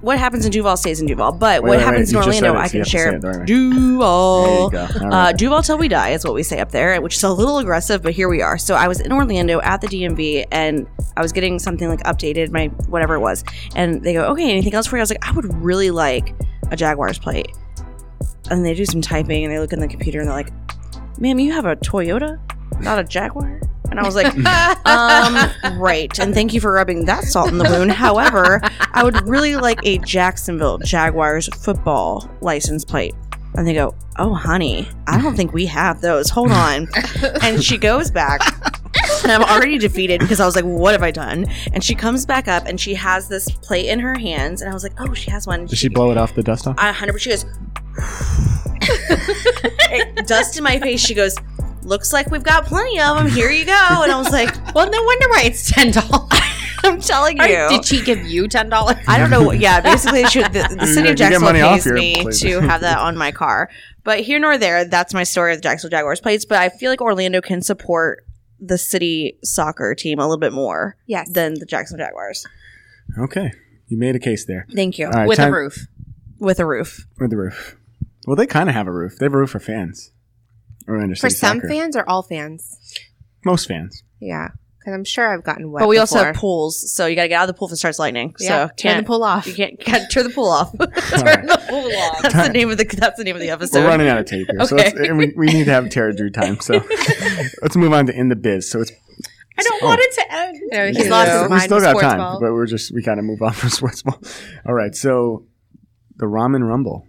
Speaker 3: What happens in Duval stays in Duval, but
Speaker 2: Wait,
Speaker 3: what
Speaker 2: wait,
Speaker 3: happens
Speaker 2: wait,
Speaker 3: in
Speaker 2: you just said
Speaker 3: Orlando,
Speaker 2: it,
Speaker 3: I
Speaker 2: so you
Speaker 3: can
Speaker 2: have to
Speaker 3: share.
Speaker 2: say it, don't worry. There
Speaker 3: Duval.
Speaker 2: you go. All
Speaker 3: Uh,
Speaker 2: right.
Speaker 3: Duval till we die is what we say up there, which is a little aggressive, but here we are. So I was in Orlando at the DMV and I was getting something like updated, my whatever it was. And they go, okay, anything else for you? I was like, I would really like a Jaguars plate. And they do some typing and they look in the computer and they're like, ma'am, you have a Toyota, not a Jaguar? And I was like, um, right. And thank you for rubbing that salt in the wound. However, I would really like a Jacksonville Jaguars football license plate. And they go, oh, honey, I don't think we have those. Hold on. And she goes back. And I'm already defeated because I was like, what have I done? And she comes back up and she has this plate in her hands. And I was like, oh, she has one.
Speaker 2: Did she blow it off the dust off?
Speaker 3: I 100 she goes It- dust in my face she goes looks like we've got plenty of them here you go and i was like
Speaker 5: Well, no wonder why it's ten dollars.
Speaker 3: i'm telling you
Speaker 5: Did she give you ten dollars?
Speaker 3: i don't know what yeah basically she, the, the city
Speaker 2: You
Speaker 3: of
Speaker 2: get money
Speaker 3: jacksonville
Speaker 2: off
Speaker 3: pays
Speaker 2: your
Speaker 3: me
Speaker 2: plate.
Speaker 3: to have that on my car but here nor there that's my story of the jacksonville jaguars plates but i feel like orlando can support the city soccer team a little bit more
Speaker 4: Yes.
Speaker 3: than the jacksonville jaguars
Speaker 2: Okay. You made a case there.
Speaker 3: thank you
Speaker 2: All right,
Speaker 5: With
Speaker 2: time-
Speaker 5: a roof.
Speaker 3: with a roof
Speaker 2: With the roof. Well, they kind of have a roof. They have a roof for fans. Orlando
Speaker 4: For
Speaker 2: City
Speaker 4: some
Speaker 2: Soccer.
Speaker 4: fans or all fans?
Speaker 2: Most fans.
Speaker 4: Yeah. Because I'm sure I've gotten wet.
Speaker 3: but we also have
Speaker 4: before.
Speaker 3: pools so you got to get out of the pool if it starts lightning
Speaker 4: Yeah,
Speaker 3: so
Speaker 4: turn the
Speaker 3: can't
Speaker 4: pool off.
Speaker 3: You can't, can't turn the pool off.
Speaker 2: All right.
Speaker 3: turn the pool off. That's the name of the. That's the name of the episode.
Speaker 2: We're running out of tape here. So
Speaker 3: Okay.
Speaker 2: let's, and we, we need to have Tara Drew time. So let's move on to In the Biz. So it's
Speaker 5: I don't
Speaker 2: Oh.
Speaker 5: want it to end.
Speaker 4: No,
Speaker 2: Yeah.
Speaker 4: he's lost his
Speaker 2: we
Speaker 4: mind.
Speaker 2: still
Speaker 4: with
Speaker 2: got
Speaker 4: sports
Speaker 2: time,
Speaker 4: ball.
Speaker 2: but we're just we kind of move on from sports ball. All right, so the ramen rumble.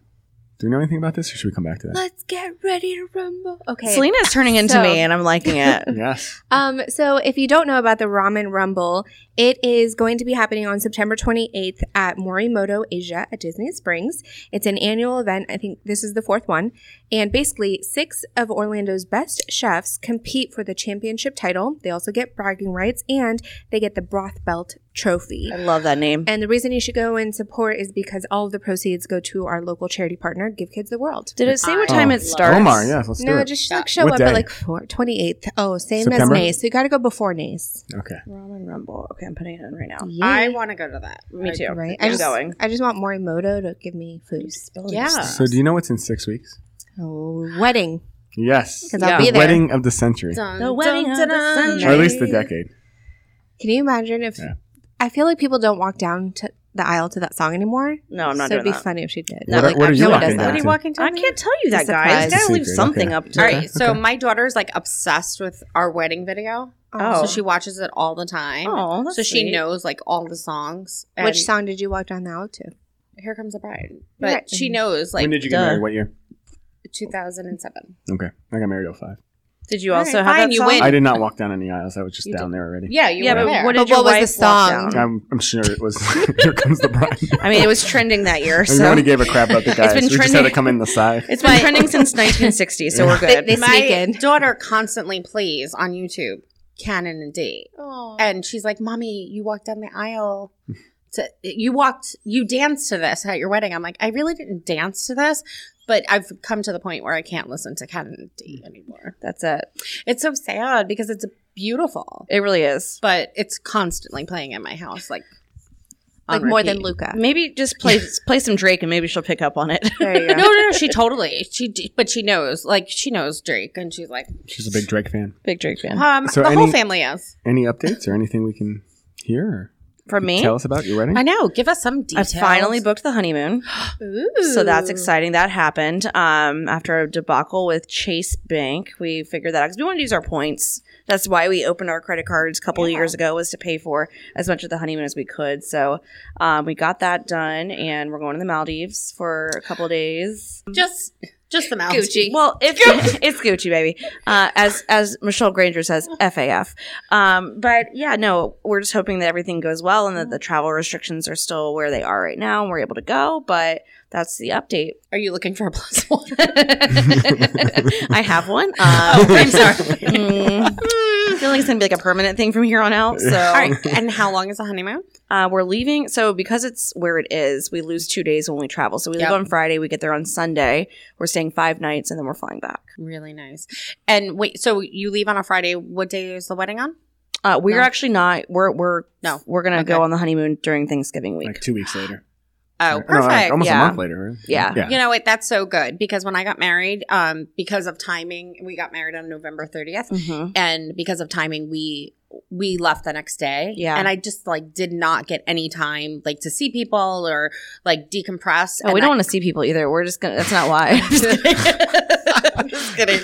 Speaker 2: Do we know anything about this, or should we come back to that?
Speaker 4: Let's get ready to rumble. Okay.
Speaker 3: Selena's turning into
Speaker 4: So-
Speaker 3: me, and I'm liking it.
Speaker 2: Yes.
Speaker 4: Um, so if you don't know about the Ramen Rumble, it is going to be happening on September 28th at Morimoto Asia at Disney Springs. It's an annual event. I think this is the fourth one. And basically, six of Orlando's best chefs compete for the championship title. They also get bragging rights and they get the broth belt trophy.
Speaker 3: I love that name.
Speaker 4: And the reason you should go and support is because all of the proceeds go to our local charity partner, Give Kids the World.
Speaker 3: Did it say what
Speaker 5: I
Speaker 3: time
Speaker 2: Oh,
Speaker 3: it starts?
Speaker 2: Omar, yes, let's do
Speaker 4: No,
Speaker 2: it.
Speaker 4: just like show
Speaker 2: What
Speaker 4: up
Speaker 2: day?
Speaker 4: at like four, 28th. Oh, same
Speaker 2: September?
Speaker 4: as Nace. So you got to go before Nace.
Speaker 2: okay.
Speaker 3: Ramen Rumble. Okay, I'm putting it in right now.
Speaker 5: I want to go to that.
Speaker 3: Me
Speaker 5: I-
Speaker 3: too.
Speaker 4: right?
Speaker 3: I'm
Speaker 4: I just,
Speaker 3: going.
Speaker 4: I just want Morimoto to give me food.
Speaker 5: Yeah.
Speaker 2: So do you know what's in six weeks?
Speaker 4: Oh, wedding.
Speaker 2: Yes.
Speaker 4: Because
Speaker 3: Yeah.
Speaker 4: I'll be
Speaker 2: The
Speaker 4: there.
Speaker 2: wedding of the century,
Speaker 5: Dun,
Speaker 3: The wedding
Speaker 5: dun,
Speaker 3: of the
Speaker 5: dun.
Speaker 3: century.
Speaker 2: or at least the decade.
Speaker 4: Can you imagine if.
Speaker 2: Yeah.
Speaker 4: I feel like people don't walk down to the aisle to that song anymore.
Speaker 3: No, I'm not
Speaker 4: so
Speaker 3: doing
Speaker 4: it'd be
Speaker 3: that.
Speaker 4: funny if she did.
Speaker 3: No, What are- like,
Speaker 2: what are you
Speaker 4: no one
Speaker 2: walking
Speaker 4: does
Speaker 5: What
Speaker 2: down
Speaker 5: are
Speaker 4: that.
Speaker 5: you walking to?
Speaker 3: I can't tell you that, guys.
Speaker 4: Surprise.
Speaker 3: You gotta leave
Speaker 2: Secret,
Speaker 3: something
Speaker 2: okay.
Speaker 3: up to
Speaker 5: All
Speaker 3: it.
Speaker 5: right. So my daughter's like obsessed with our wedding video.
Speaker 3: Oh.
Speaker 5: So she watches it all the time.
Speaker 3: Aw, Oh, that's
Speaker 5: so she
Speaker 3: sweet.
Speaker 5: knows like all the songs. and
Speaker 4: Which song did you walk down the aisle to?
Speaker 5: Here comes the bride. But
Speaker 4: Right.
Speaker 5: she knows like
Speaker 2: when did you get
Speaker 3: duh.
Speaker 2: married? What year?
Speaker 5: 2007.
Speaker 2: Okay, I got married 05.
Speaker 3: Did you
Speaker 5: All
Speaker 3: also
Speaker 5: right,
Speaker 3: have
Speaker 5: fine,
Speaker 3: that
Speaker 5: you
Speaker 3: song?
Speaker 5: win.
Speaker 2: I did not walk down any aisles. I was just
Speaker 5: You
Speaker 2: down there already.
Speaker 5: Yeah, you
Speaker 3: Yeah, but
Speaker 5: were there.
Speaker 3: what did
Speaker 4: But
Speaker 3: your
Speaker 4: what was the
Speaker 3: wife walk
Speaker 4: song?
Speaker 3: down?
Speaker 2: I'm, I'm sure it was. here comes the bride.
Speaker 3: I mean, it was trending that year,
Speaker 2: And no
Speaker 3: so
Speaker 2: one gave a crap about the guys.
Speaker 3: been
Speaker 2: We just had to
Speaker 3: trending-
Speaker 2: come in the side.
Speaker 3: it's been trending since 1960. So we're good.
Speaker 4: They- they-
Speaker 5: my
Speaker 4: sneak in.
Speaker 5: daughter constantly plays on YouTube Canon and D. And she's like, Mommy, you walked down the aisle. To, you walked, you danced to this at your wedding. I'm like, I really didn't dance to this, but I've come to the point where I can't listen to Canon and D anymore.
Speaker 3: That's it.
Speaker 5: It's so sad because it's beautiful,
Speaker 3: It really is.
Speaker 5: but it's constantly playing in my house. Like, on
Speaker 4: Like more than
Speaker 5: repeat.
Speaker 4: Luca.
Speaker 3: Maybe just play play some Drake, and maybe she'll pick up on it.
Speaker 4: There you go.
Speaker 5: No, no, no. She totally. She, d- but she knows. Like she knows Drake, and she's like,
Speaker 2: She's a big Drake fan.
Speaker 3: Big Drake fan.
Speaker 5: um,
Speaker 2: So
Speaker 5: the whole
Speaker 2: any-
Speaker 5: family is.
Speaker 2: Any updates or anything we can hear? Or
Speaker 3: From me,
Speaker 2: Tell us about your wedding.
Speaker 5: I know. Give us some
Speaker 3: I
Speaker 5: details.
Speaker 3: finally booked the honeymoon, so that's exciting. That happened um, after a debacle with Chase Bank. We figured that out because we wanted to use our points. That's why we opened our credit cards a couple of years ago was to pay for as much of the honeymoon as we could. So um, we got that done, and we're going to the Maldives for a couple of days.
Speaker 5: just just the mouth.
Speaker 3: Well, it's it's Gucci, baby. Uh, as as Michelle Granger says, FAF. Um, but yeah, no, we're just hoping that everything goes well and that the travel restrictions are still where they are right now and we're able to go. But that's the update.
Speaker 5: Are you looking for a plus one?
Speaker 3: I have one. Um,
Speaker 5: Uh,
Speaker 3: oh, I'm sorry. mm, I feel like it's gonna be like a permanent thing from here on out. So
Speaker 5: All right. And how long is the honeymoon?
Speaker 3: Uh, we're leaving. So, because it's where it is, we lose two days when we travel. So, we leave
Speaker 5: Yep.
Speaker 3: on Friday, we get there on Sunday. We're staying five nights and then we're flying back.
Speaker 5: Really nice. And wait, so you leave on a Friday. What day is the wedding on?
Speaker 3: Uh, we're
Speaker 5: No.
Speaker 3: actually not. We're we're
Speaker 5: No.
Speaker 3: We're gonna
Speaker 5: Okay.
Speaker 3: go on the honeymoon during Thanksgiving week.
Speaker 2: like two weeks later.
Speaker 5: Oh,
Speaker 2: No, like
Speaker 5: perfect.
Speaker 2: almost
Speaker 3: yeah.
Speaker 2: a month later. right?
Speaker 3: Yeah.
Speaker 5: You know what? That's so good because when I got married, um, because of timing, we got married on November 30th.
Speaker 3: Mhm.
Speaker 5: and because of timing we we left the next day
Speaker 3: Yeah.
Speaker 5: and i just like did not get any time like to see people or like decompress
Speaker 3: Oh,
Speaker 5: And
Speaker 3: we don't
Speaker 5: I-
Speaker 3: want to see people either. We're just gonna. That's not why.
Speaker 5: I'm just kidding.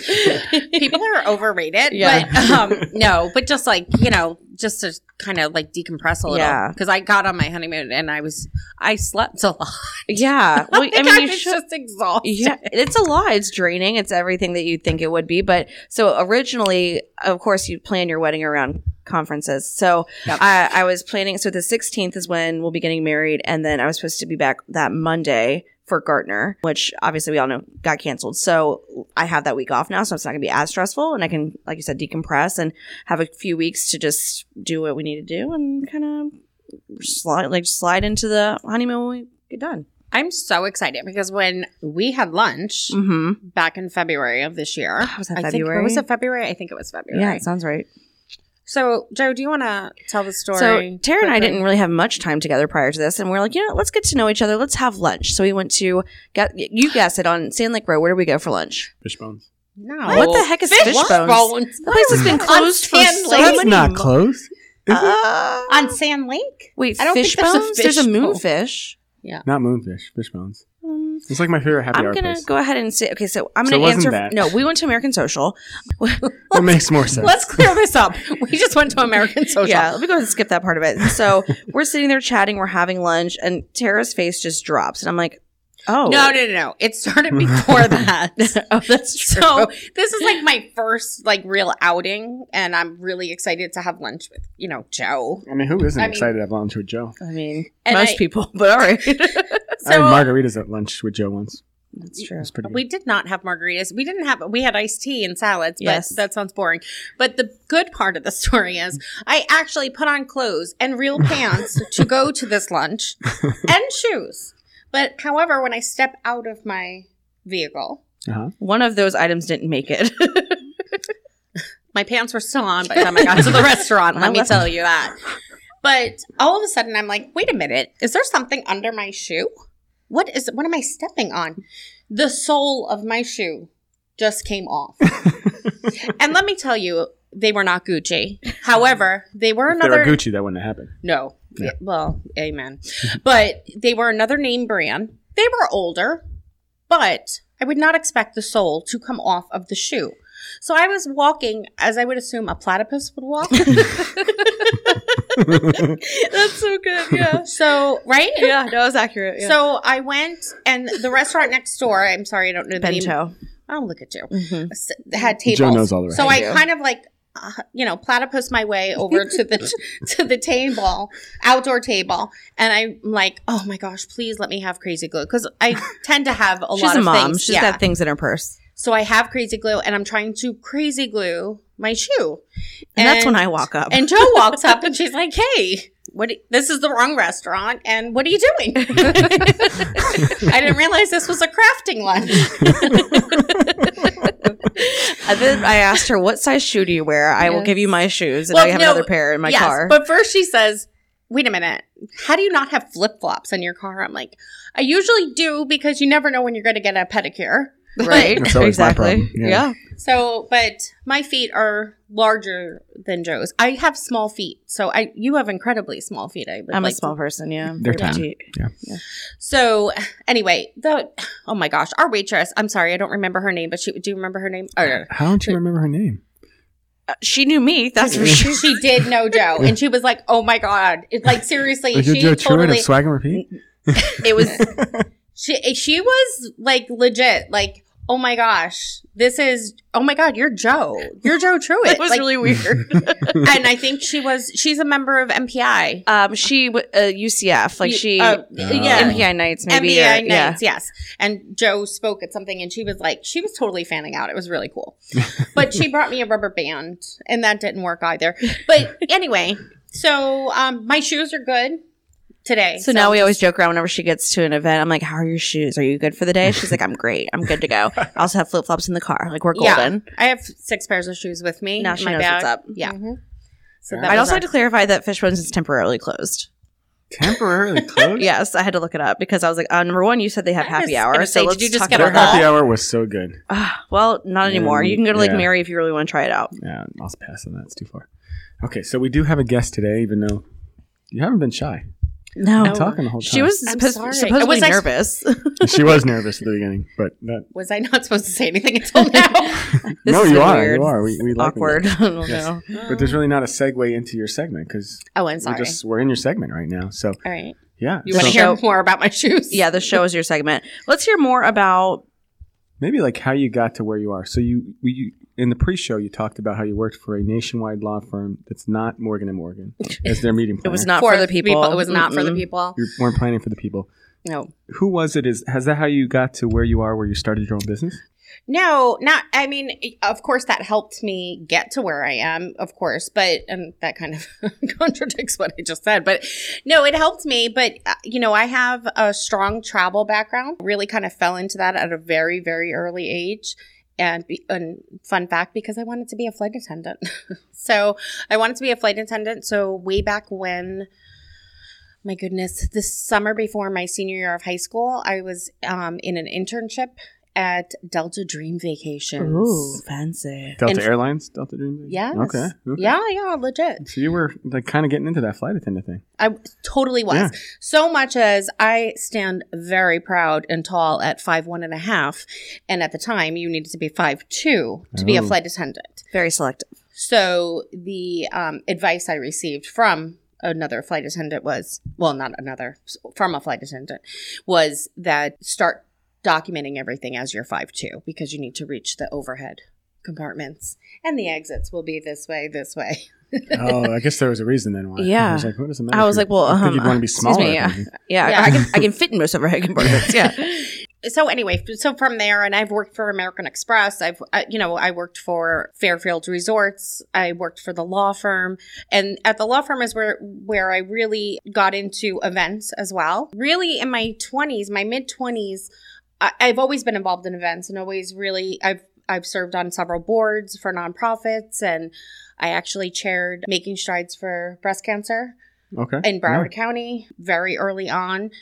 Speaker 5: People are overrated.
Speaker 3: Yeah.
Speaker 5: But um, no, but just like, you know, just to kind of like decompress a little.
Speaker 3: Yeah.
Speaker 5: Because I got on my honeymoon and I was, I slept a lot.
Speaker 3: yeah. Well, I,
Speaker 5: think
Speaker 3: mean, you
Speaker 5: was
Speaker 3: should.
Speaker 5: just exhausted.
Speaker 3: Yeah, it's a lot. It's draining. It's everything that you think it would be. But so originally, of course, you plan your wedding around conferences. So I, I was planning. So the 16th is when we'll be getting married, and then I was supposed to be back that Monday for Gartner, which obviously we all know got canceled. So I have that week off now, so it's not going to be as stressful, and I can, like you said, decompress and have a few weeks to just do what we need to do and kind of slide, like slide into the honeymoon when we get done.
Speaker 5: I'm so excited because when we had lunch
Speaker 3: Mm-hmm.
Speaker 5: back in February of this year,
Speaker 3: Was that
Speaker 5: I think
Speaker 3: February?
Speaker 5: was it February? I think it was February.
Speaker 3: Yeah, it sounds right.
Speaker 5: So, Joe, do you want to tell the story?
Speaker 3: So Tara and I
Speaker 5: quickly?
Speaker 3: didn't really have much time together prior to this, and we are like, you know, let's get to know each other. Let's have lunch. So we went to get you guessed it on Sand Lake Road. Where do we go for lunch?
Speaker 2: Fishbones.
Speaker 5: No.
Speaker 3: What the heck is Fishbones? The place has been
Speaker 5: On
Speaker 3: closed for
Speaker 5: Sand
Speaker 3: so
Speaker 5: Lake?
Speaker 2: That's
Speaker 3: many
Speaker 2: not
Speaker 3: mo-
Speaker 2: close.
Speaker 3: Uh,
Speaker 5: On Sand Lake?
Speaker 3: wait,
Speaker 5: I don't think there's a
Speaker 3: Fishbones? There's a
Speaker 5: fish bowl.
Speaker 3: moonfish.
Speaker 2: Not moonfish. Fishbones.
Speaker 3: Um,
Speaker 2: It's like my favorite happy
Speaker 3: I'm
Speaker 2: hour
Speaker 3: gonna
Speaker 2: place.
Speaker 3: go ahead and say okay. So I'm
Speaker 2: So
Speaker 3: gonna
Speaker 2: it wasn't
Speaker 3: answer.
Speaker 2: that.
Speaker 3: No, we went to American Social.
Speaker 2: It makes more sense.
Speaker 5: Let's clear this up. We just went to American Social.
Speaker 3: Yeah, let me go ahead and skip that part of it. So we're sitting there chatting, we're having lunch, and Tara's face just drops, and I'm like, oh
Speaker 5: No, no, no, no. It started before that.
Speaker 3: oh that's true.
Speaker 5: so this is like my first like real outing, and I'm really excited to have lunch with you know Joe.
Speaker 2: I mean, who isn't
Speaker 5: I mean-
Speaker 2: excited to have lunch with Joe?
Speaker 3: I mean,
Speaker 5: And
Speaker 3: most
Speaker 5: I-
Speaker 3: people, but all right.
Speaker 2: I
Speaker 5: So-
Speaker 2: had margaritas at lunch with Joe once.
Speaker 3: That's true.
Speaker 2: It's pretty good.
Speaker 5: We did not have margaritas. We didn't have. We had iced tea and salads. But
Speaker 3: Yes.
Speaker 5: that sounds boring. But the good part of the story is I actually put on clothes and real pants to go to this lunch and shoes. But however, when I step out of my vehicle,
Speaker 2: Uh-huh.
Speaker 3: One of those items didn't make it.
Speaker 5: My pants were still on by the time I got to the restaurant.
Speaker 3: I
Speaker 5: Let me
Speaker 3: love-
Speaker 5: tell you that. But all of a sudden, I'm like, wait a minute. Is there something under my shoe? What is? What am I stepping on? The sole of my shoe just came off. and let me tell you, they were not Gucci. However, they were
Speaker 2: If they were
Speaker 5: another.
Speaker 2: Gucci, that wouldn't have happened.
Speaker 5: No. Yeah, Well, amen. but they were another name brand. They were older, but I would not expect the sole to come off of the shoe. So I was walking as I would assume a platypus would walk.
Speaker 4: That's so good. Yeah.
Speaker 5: so, right?
Speaker 4: yeah, that was accurate. So
Speaker 5: So I went and the restaurant next door, I'm sorry, I don't know the name.
Speaker 3: Bento.
Speaker 5: Oh, look at you.
Speaker 3: Mhm.
Speaker 5: s- had tables.
Speaker 2: Joe knows all the
Speaker 5: So
Speaker 2: rest.
Speaker 5: I kind of like, uh, you know, platypus my way over to the to the table, outdoor table, and I'm like, oh my gosh, please let me have crazy glue because I tend to have a
Speaker 3: She's
Speaker 5: lot
Speaker 3: a
Speaker 5: of
Speaker 3: mom.
Speaker 5: things.
Speaker 3: She's got things in her purse.
Speaker 5: so I have crazy glue, and I'm trying to crazy glue my shoe,
Speaker 3: And, that's when I walk up.
Speaker 5: And Joe walks up, and she's like, hey. What this is the wrong restaurant, and what are you doing? I didn't realize this was a crafting lunch.
Speaker 3: And then I asked her, what size shoe do you wear? I will
Speaker 4: Yes.
Speaker 3: give you my shoes. And
Speaker 5: Well,
Speaker 3: I have
Speaker 5: no,
Speaker 3: another pair in my car.
Speaker 5: But first she says, Wait a minute. How do you not have flip flops in your car? I'm like, I usually do because you never know when you're going to get a pedicure.
Speaker 3: right?
Speaker 2: That's always my problem.
Speaker 3: Yeah.
Speaker 2: Yeah.
Speaker 5: So, but my feet are larger than Joe's. I have small feet. So I, you have incredibly small feet. I would
Speaker 3: I'm a
Speaker 5: like to-
Speaker 3: small person. Yeah.
Speaker 2: They're
Speaker 3: Very
Speaker 2: tiny.
Speaker 3: petite.
Speaker 5: So anyway, the, oh my gosh, our waitress, I'm sorry, I don't remember her name, but she, do you remember her name? Oh, no.
Speaker 2: How don't you remember her name?
Speaker 3: Uh, She knew me. That's for sure.
Speaker 5: she did know Joe. And she was like, oh my God. It's like, seriously,
Speaker 2: Like
Speaker 5: she
Speaker 2: Joe Truitt
Speaker 5: totally.
Speaker 2: of Swag and Repeat?
Speaker 3: It was
Speaker 5: She she was like legit, like, oh my gosh, this is oh my god, you're Joe. You're Joe Truitt.
Speaker 3: it was
Speaker 5: Like,
Speaker 3: really weird.
Speaker 5: and I think she was she's a member of MPI.
Speaker 3: Um, she w- uh, UCF like
Speaker 5: You-
Speaker 3: she
Speaker 2: Oh.
Speaker 5: uh, yeah.
Speaker 3: MPI nights maybe.
Speaker 5: MBI
Speaker 3: or- yeah.
Speaker 5: E nights, yes. And Joe spoke at something and she was like, she was totally fanning out. It was really cool. But she brought me a rubber band and that didn't work either. But anyway, so um, my shoes are good today.
Speaker 3: So, now we always joke around whenever she gets to an event. I'm like, "How are your shoes? Are you good for the day?" She's like, "I'm great. I'm good to go." I also have flip flops in the car. Like we're golden.
Speaker 5: I have six pairs of shoes with me.
Speaker 3: Now
Speaker 5: in
Speaker 3: she
Speaker 5: my
Speaker 3: knows
Speaker 5: bag.
Speaker 3: what's up.
Speaker 5: Yeah.
Speaker 4: Mm-hmm.
Speaker 5: So
Speaker 2: I'd
Speaker 5: that
Speaker 3: I'd
Speaker 5: was
Speaker 3: also
Speaker 5: our-
Speaker 3: like to clarify that Fishbones is temporarily closed.
Speaker 2: Temporarily closed?
Speaker 3: Yes, I had to look it up because I was like, uh, number one, you said they have
Speaker 5: I
Speaker 3: happy
Speaker 5: was
Speaker 3: hour.
Speaker 5: gonna
Speaker 3: So
Speaker 5: say,
Speaker 3: let's
Speaker 5: did you
Speaker 3: talk
Speaker 5: just get a
Speaker 2: Their
Speaker 3: about
Speaker 5: ball?
Speaker 2: happy
Speaker 3: that.
Speaker 2: hour was so good.
Speaker 3: Ah, well, not anymore. You can go to Lake
Speaker 2: Yeah.
Speaker 3: Mary if you really want to try it out.
Speaker 2: Yeah, I was passing that. It's too far. Okay, so we do have a guest today, even though you haven't been shy.
Speaker 3: No.
Speaker 2: I'm talking the whole time.
Speaker 3: Oh, She was
Speaker 5: I'm
Speaker 3: supposed,
Speaker 5: sorry.
Speaker 3: supposedly
Speaker 5: Was I-
Speaker 3: nervous.
Speaker 2: she was nervous at the beginning, but that,
Speaker 5: Was I not supposed to say anything until now?
Speaker 3: This
Speaker 2: no,
Speaker 3: is
Speaker 2: you are.
Speaker 3: weird.
Speaker 2: You are. We, we like when
Speaker 3: Awkward.
Speaker 2: you-
Speaker 3: I don't
Speaker 2: Yes.
Speaker 3: know.
Speaker 2: But there's really not a segue into your segment because
Speaker 5: oh, I'm
Speaker 2: we're
Speaker 5: sorry.
Speaker 2: just we're in your segment right now. So
Speaker 5: All right.
Speaker 2: yeah,
Speaker 5: You
Speaker 2: so
Speaker 5: want to hear more about my shoes?
Speaker 3: Yeah, the show is your segment. Let's hear more about.
Speaker 2: maybe like how you got to where you are. So you we you, in the pre-show you talked about how you worked for a nationwide law firm that's not Morgan and Morgan as their meeting
Speaker 3: It
Speaker 2: planner.
Speaker 3: was not for, the people.
Speaker 5: It was not for the
Speaker 3: Mm-mm.
Speaker 5: people.
Speaker 2: You weren't planning for the people.
Speaker 5: No.
Speaker 2: Who was it? Is has that how you got to where you are, where you started your own business?
Speaker 5: No, not. I mean, of course, that helped me get to where I am, of course, but and that kind of contradicts what I just said. But no, it helped me. But uh, you know, I have a strong travel background. Really, kind of fell into that at a very, very early age. And, be, and fun fact, because I wanted to be a flight attendant. so I wanted to be a flight attendant. So way back when my goodness, the summer before my senior year of high school, I was um, in an internship at Delta Dream Vacations.
Speaker 3: Ooh, fancy.
Speaker 2: Delta
Speaker 5: In-
Speaker 2: Airlines, Delta Dream.
Speaker 5: Yes.
Speaker 2: Okay. okay.
Speaker 5: Yeah, yeah, legit.
Speaker 2: So you were like kind of getting into that flight attendant thing.
Speaker 5: I totally was.
Speaker 2: Yeah.
Speaker 5: So much as I stand very proud and tall at five one and a half, and at the time you needed to be five two to be a
Speaker 2: Oh.
Speaker 5: flight attendant.
Speaker 3: Very selective.
Speaker 5: So the um, advice I received from another flight attendant was, well, not another, from a flight attendant, was that start documenting everything as you're five two because you need to reach the overhead compartments and the exits will be this way, this way.
Speaker 2: oh, I guess there was a reason then why.
Speaker 3: Yeah.
Speaker 2: I was like, what does it matter?
Speaker 3: I was
Speaker 2: if
Speaker 3: like,
Speaker 2: you-
Speaker 3: well,
Speaker 2: I
Speaker 3: um,
Speaker 2: think
Speaker 5: uh-huh.
Speaker 2: you'd want to be
Speaker 3: excuse me,
Speaker 2: smaller.
Speaker 3: yeah.
Speaker 2: maybe.
Speaker 3: Yeah,
Speaker 5: Yeah.
Speaker 3: I can I can fit in most overhead compartments. Yeah,
Speaker 5: so anyway, f- so from there, and I've worked for American Express. I've, uh, you know, I worked for Fairfield Resorts. I worked for the law firm, and at the law firm is where where I really got into events as well. Really, in my twenties, my mid twenties, I've always been involved in events, and always really, I've I've served on several boards for nonprofits, and I actually chaired Making Strides for Breast Cancer
Speaker 2: Okay.
Speaker 5: in Broward
Speaker 2: Yeah.
Speaker 5: County very early on.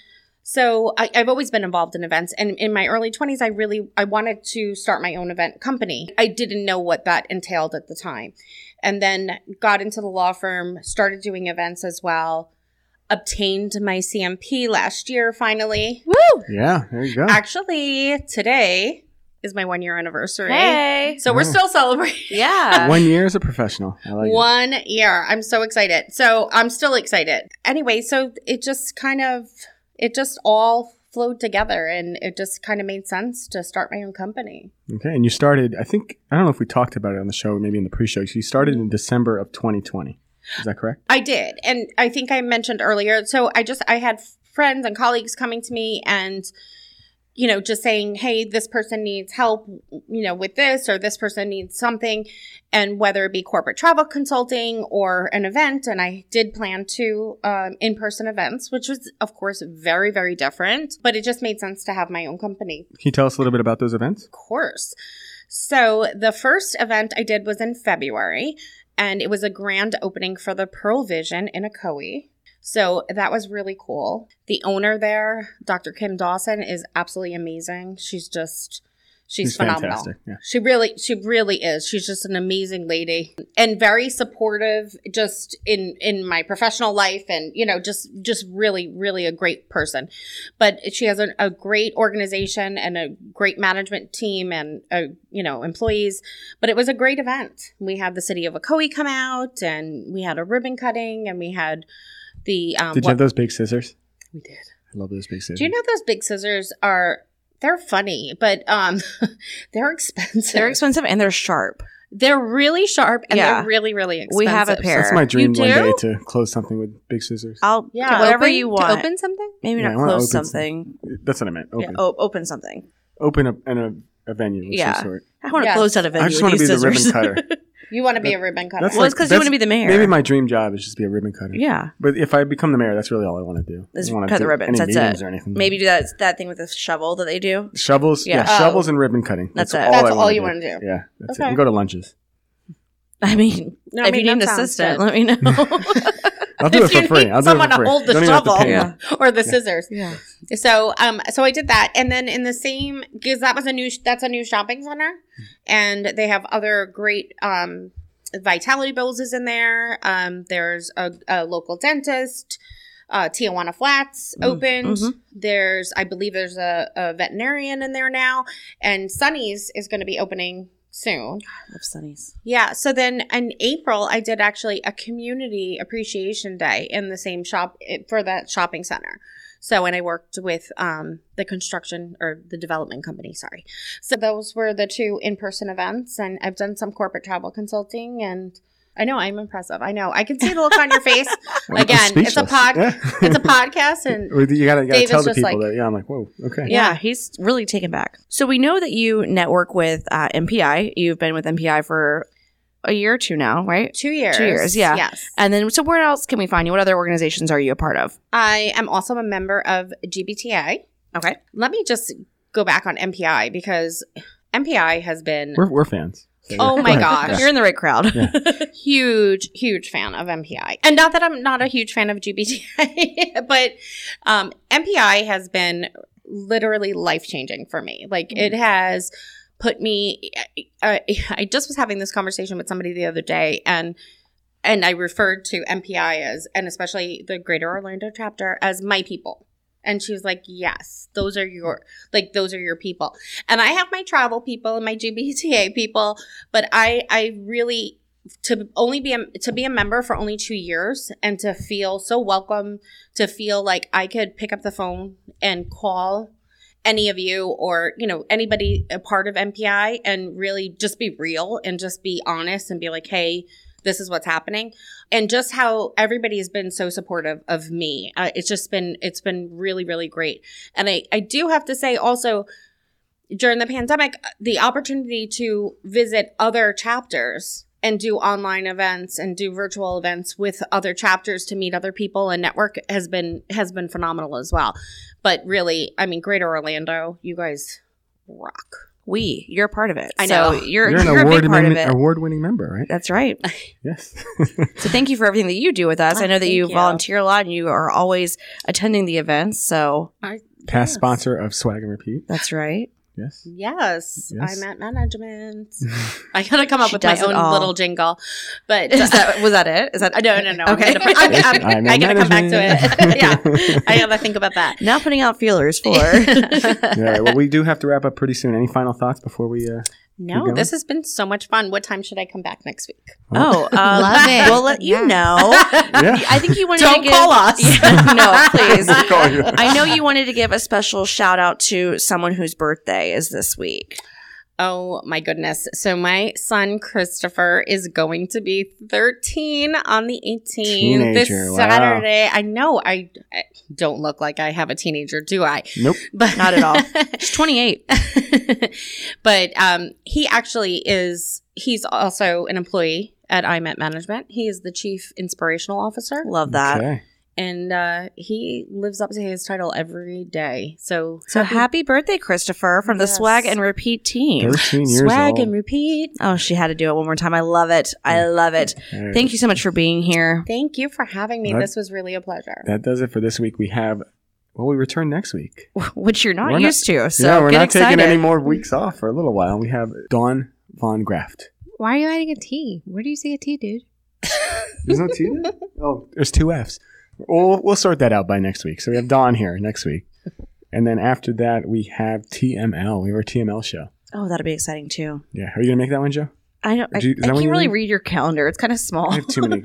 Speaker 5: So I, I've always been involved in events, and in my early twenties, I really I wanted to start my own event company. I didn't know what that entailed at the time, and then got into the law firm, started doing events as well, obtained my CMP last year finally.
Speaker 3: woo.
Speaker 2: Yeah. There you go.
Speaker 5: Actually, today is my one year anniversary,
Speaker 3: Hey,
Speaker 5: so we're
Speaker 2: Wow.
Speaker 5: still celebrating
Speaker 3: yeah.
Speaker 2: One year as a professional. I like it.
Speaker 5: uh, one year. I'm so excited. So I'm still excited. Anyway, so it just kind of it just all flowed together and it just kind of made sense to start my own company.
Speaker 2: Okay. And you started, I think, I don't know if we talked about it on the show, maybe in the pre show. So you started in December of 2020. Is that correct?
Speaker 5: I did. And I think I mentioned earlier. So I just I had friends and colleagues coming to me and you know just saying, "Hey, this person needs help, you know, with this or this person needs something." And whether it be corporate travel consulting or an event, and I did plan two um, in-person events, which was of course very very different, but it just made sense to have my own company
Speaker 2: Can you tell us a little bit about those events?
Speaker 5: course. So the first event I did was in February, and it was a grand opening for the Pearl Vision in Ocoee. So that was really cool. The owner there, Dr. Kim Dawson, is absolutely amazing. She's just she's,
Speaker 2: It's
Speaker 5: phenomenal.
Speaker 2: fantastic. Yeah.
Speaker 5: She really, she really is. She's just an amazing lady and very supportive, just in in my professional life, and you know, just just really, really a great person. But she has a, a great organization and a great management team and uh you know employees. But it was a great event. We had the city of Ocoee come out, and we had a ribbon cutting, and we had the um,
Speaker 2: Did you
Speaker 5: what-
Speaker 2: have those big scissors?
Speaker 5: we did.
Speaker 2: I love those big scissors.
Speaker 5: Do you know those big scissors are? They're funny, but um, they're expensive.
Speaker 3: They're expensive and they're sharp.
Speaker 5: They're really sharp and
Speaker 3: Yeah.
Speaker 5: they're really, really expensive.
Speaker 3: We have a pair.
Speaker 2: That's my dream
Speaker 5: You
Speaker 2: one day
Speaker 5: do? Uh,
Speaker 2: to close something with big scissors.
Speaker 3: I'll
Speaker 5: Yeah.
Speaker 3: whatever
Speaker 4: Open-
Speaker 3: you want.
Speaker 4: To open something?
Speaker 3: Maybe
Speaker 2: Yeah, I
Speaker 3: not
Speaker 2: wanna
Speaker 3: close
Speaker 2: open
Speaker 3: something.
Speaker 2: That's what I meant. Open.
Speaker 3: Oh, open something.
Speaker 2: Open a, and a, a venue of
Speaker 3: Yeah.
Speaker 2: some sort.
Speaker 3: I want to
Speaker 5: oh. Yeah.
Speaker 3: close out a venue.
Speaker 2: I just
Speaker 3: want to
Speaker 2: be the ribbon cutter.
Speaker 5: You want to be a ribbon cutter.
Speaker 2: That's
Speaker 3: well,
Speaker 2: like-
Speaker 3: it's because you want to be the mayor.
Speaker 2: Maybe my dream job is just be a ribbon cutter.
Speaker 3: yeah.
Speaker 2: But if I become the mayor, that's really all I want to do. I
Speaker 3: Is
Speaker 2: don't wanna
Speaker 3: cut the
Speaker 2: do
Speaker 3: ribbons,
Speaker 2: Any
Speaker 3: that's
Speaker 2: meetings
Speaker 3: it.
Speaker 2: or anything.
Speaker 3: Maybe do that that thing with the shovel that they do.
Speaker 2: Shovels, yeah,
Speaker 3: Yeah.
Speaker 2: shovels and ribbon cutting.
Speaker 3: That's it.
Speaker 5: oh. That's
Speaker 2: I wanna
Speaker 5: all you wanna do.
Speaker 2: Yeah, that's it.
Speaker 5: Okay.
Speaker 2: And go to lunches.
Speaker 3: I mean,
Speaker 5: No,
Speaker 3: if you need an assistant, let me know.
Speaker 2: I'll do it
Speaker 5: If you
Speaker 2: for free.
Speaker 5: need
Speaker 2: I'll do
Speaker 5: someone
Speaker 2: it
Speaker 5: to
Speaker 2: for free.
Speaker 5: hold the
Speaker 2: Don't even have to
Speaker 5: shovel
Speaker 2: pay me.
Speaker 5: or the scissors.
Speaker 3: yeah.
Speaker 5: So, um, so I did that, and then in the same because that was a new that's a new shopping center, and they have other great um vitality bills is in there. Um, there's a, a local dentist. uh, Tijuana Flats
Speaker 2: Mm.
Speaker 5: opened.
Speaker 3: Mhm.
Speaker 5: There's, I believe, there's a, a veterinarian in there now, and Sunny's is going to be opening soon.
Speaker 3: Love Sunny's.
Speaker 5: Yeah. So then in April, I did actually a community appreciation day in the same shop eh, for that shopping center. So and I worked with um, the construction or the development company. Sorry. So those were the two in-person events, and I've done some corporate travel consulting and. I know I'm impressive. I know I can see the look on your face.
Speaker 2: Well,
Speaker 5: Again,
Speaker 2: I'm
Speaker 5: it's a
Speaker 2: speechless.
Speaker 5: pod-
Speaker 2: Yeah.
Speaker 5: It's a podcast, and
Speaker 2: Well, you gotta, you gotta
Speaker 5: David's
Speaker 2: tell the
Speaker 5: just
Speaker 2: people
Speaker 5: like-
Speaker 2: that. Yeah, I'm like, whoa, okay.
Speaker 3: Yeah, he's really taken back. So we know that you network with uh, MPI. You've been with MPI for a year or two now, right?
Speaker 5: two years.
Speaker 3: years, yeah.
Speaker 5: Yes.
Speaker 3: And then, so where else can we find you? What other organizations are you a part of?
Speaker 5: I am also a member of GBTA.
Speaker 3: Okay.
Speaker 5: Let me just go back on MPI because MPI has been
Speaker 2: We're, we're fans. So
Speaker 5: Oh
Speaker 2: go
Speaker 5: my
Speaker 2: ahead.
Speaker 5: gosh.
Speaker 2: Yeah.
Speaker 3: You're in the right crowd.
Speaker 2: Yeah.
Speaker 5: huge, huge fan of MPI. And not that I'm not a huge fan of GBTA, but um, MPI has been literally life changing for me. Like it has put me. I, I just was having this conversation with somebody the other day, and and I referred to MPI as, and especially the Greater Orlando chapter, as my people. And she was like, "Yes, those are your like those are your people." And I have my travel people and my GBTA people, but I I really to only be a, to be a member for only two years and to feel so welcome to feel like i could pick up the phone and call any of you or you know anybody a part of mpi and really just be real and just be honest and be like hey this is what's happening and just how everybody has been so supportive of me uh, it's just been it's been really really great and i i do have to say also during the pandemic the opportunity to visit other chapters and do online events and do virtual events with other chapters to meet other people and network has been has been phenomenal as well but really i mean greater orlando you guys rock
Speaker 3: We, you're a part of it.
Speaker 5: I
Speaker 3: So
Speaker 5: know.
Speaker 3: you're,
Speaker 2: You're
Speaker 3: you're,
Speaker 2: an
Speaker 3: a big
Speaker 2: award
Speaker 3: part of
Speaker 2: winning,
Speaker 3: it.
Speaker 2: award winning member, right?
Speaker 3: That's right.
Speaker 2: Yes.
Speaker 3: So thank you for everything that you do with us.
Speaker 5: Oh,
Speaker 3: I know that
Speaker 5: thank
Speaker 3: you,
Speaker 5: you.
Speaker 3: volunteer a lot and you are always attending the events. So
Speaker 2: Past
Speaker 5: Yes.
Speaker 2: sponsor of Swag and Repeat.
Speaker 3: that's right.
Speaker 2: Yes.
Speaker 5: yes,
Speaker 2: Yes.
Speaker 5: i'm at management i gotta come up
Speaker 3: She
Speaker 5: with my
Speaker 3: does it
Speaker 5: own
Speaker 3: all.
Speaker 5: little jingle but
Speaker 3: Is that, was that it? Is that
Speaker 5: Uh, no no no
Speaker 3: Okay.
Speaker 5: i'm, gonna, I'm,
Speaker 2: Yes,
Speaker 5: I'm-
Speaker 2: I'm in
Speaker 5: I gotta come back to
Speaker 2: management.
Speaker 5: it yeah i gotta think about that
Speaker 3: Now putting out feelers
Speaker 2: All
Speaker 3: for.
Speaker 2: right. Well, we do have to wrap up pretty soon. Any final thoughts before we? Uh,
Speaker 5: no
Speaker 2: going?
Speaker 5: this has been so much fun what time should i come back next week
Speaker 3: oh, um,
Speaker 4: Love it.
Speaker 3: We'll let you
Speaker 4: Yes.
Speaker 3: know.
Speaker 2: yeah.
Speaker 3: I think you wanted
Speaker 5: Don't
Speaker 3: to give,
Speaker 5: call us.
Speaker 3: Yeah, no, please.
Speaker 2: Call you.
Speaker 3: I know you wanted to give a special shout out to someone whose birthday is this week.
Speaker 5: Oh my goodness. So my son Christopher is going to be 13 on the 18th this
Speaker 2: Teenager, wow.
Speaker 5: Saturday. I know I, I don't look like I have a teenager, do I?
Speaker 2: Nope.
Speaker 5: But
Speaker 3: Not at all. She's 28.
Speaker 5: but um, he actually is he's also an employee at IMET Management. He is the chief inspirational officer
Speaker 3: Love that.
Speaker 2: Okay.
Speaker 5: and uh, he lives up to his title every day. So
Speaker 3: So happy birthday, Christopher, from the
Speaker 5: Yes.
Speaker 3: Swag and Repeat team.
Speaker 2: Thirteen years
Speaker 5: swag
Speaker 2: old.
Speaker 5: and repeat.
Speaker 3: Oh, she had to do it one more time. I love it. I
Speaker 2: Mm.
Speaker 3: love it.
Speaker 2: All right.
Speaker 3: Thank you so much for being here.
Speaker 5: Thank you for having me.
Speaker 2: That-
Speaker 5: This was really a pleasure.
Speaker 2: That does it for this week. We have. Well, we return next week.
Speaker 3: Which you're not
Speaker 2: We're not-
Speaker 3: used to. So
Speaker 2: yeah, we're
Speaker 3: get
Speaker 2: not
Speaker 3: excited.
Speaker 2: taking any more weeks off for a little while. We have Dawn Von Graft.
Speaker 4: Why are you adding a T? Where do you see a T, dude?
Speaker 2: There's no T. there? Oh, there's two Fs. We'll, we'll sort that out by next week. So we have Dawn here next week, and then after that we have TML. We have our TML show.
Speaker 3: oh, that'll be exciting too.
Speaker 2: Yeah, are you gonna make that one, Joe?
Speaker 3: I don't. I,
Speaker 2: Do you- is
Speaker 3: I
Speaker 2: that when
Speaker 3: can't
Speaker 2: you
Speaker 3: really
Speaker 2: leave?
Speaker 3: read your calendar. It's kind of small.
Speaker 2: I have too many.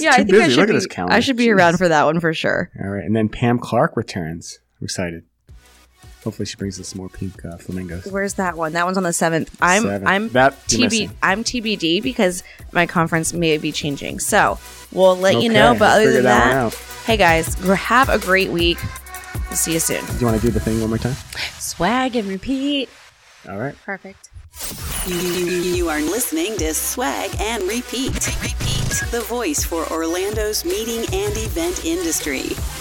Speaker 3: yeah, I
Speaker 2: too
Speaker 3: think I
Speaker 2: busy.
Speaker 3: should
Speaker 2: Look at
Speaker 3: be,
Speaker 2: this calendar.
Speaker 3: I should be
Speaker 2: Jeez.
Speaker 3: around for that one for sure.
Speaker 2: All right, and then Pam Clark returns. I'm excited. Hopefully, she brings us some more pink uh, flamingos.
Speaker 3: Where's that one? That one's on the seventh. I'm
Speaker 2: Seven.
Speaker 3: I'm
Speaker 2: that you're
Speaker 3: TB
Speaker 2: missing.
Speaker 3: I'm TBD because my conference may be changing. So we'll let you
Speaker 2: Okay,
Speaker 3: know.
Speaker 2: we'll
Speaker 3: But other
Speaker 2: figure
Speaker 3: than
Speaker 2: that one
Speaker 3: that,
Speaker 2: out.
Speaker 3: hey guys, gr- have a great week. We'll see you soon.
Speaker 2: do you want to do the thing one more time?
Speaker 5: Swag and repeat.
Speaker 2: All right.
Speaker 5: Perfect.
Speaker 6: You are listening to Swag and Repeat. Repeat. The voice for Orlando's meeting and event industry.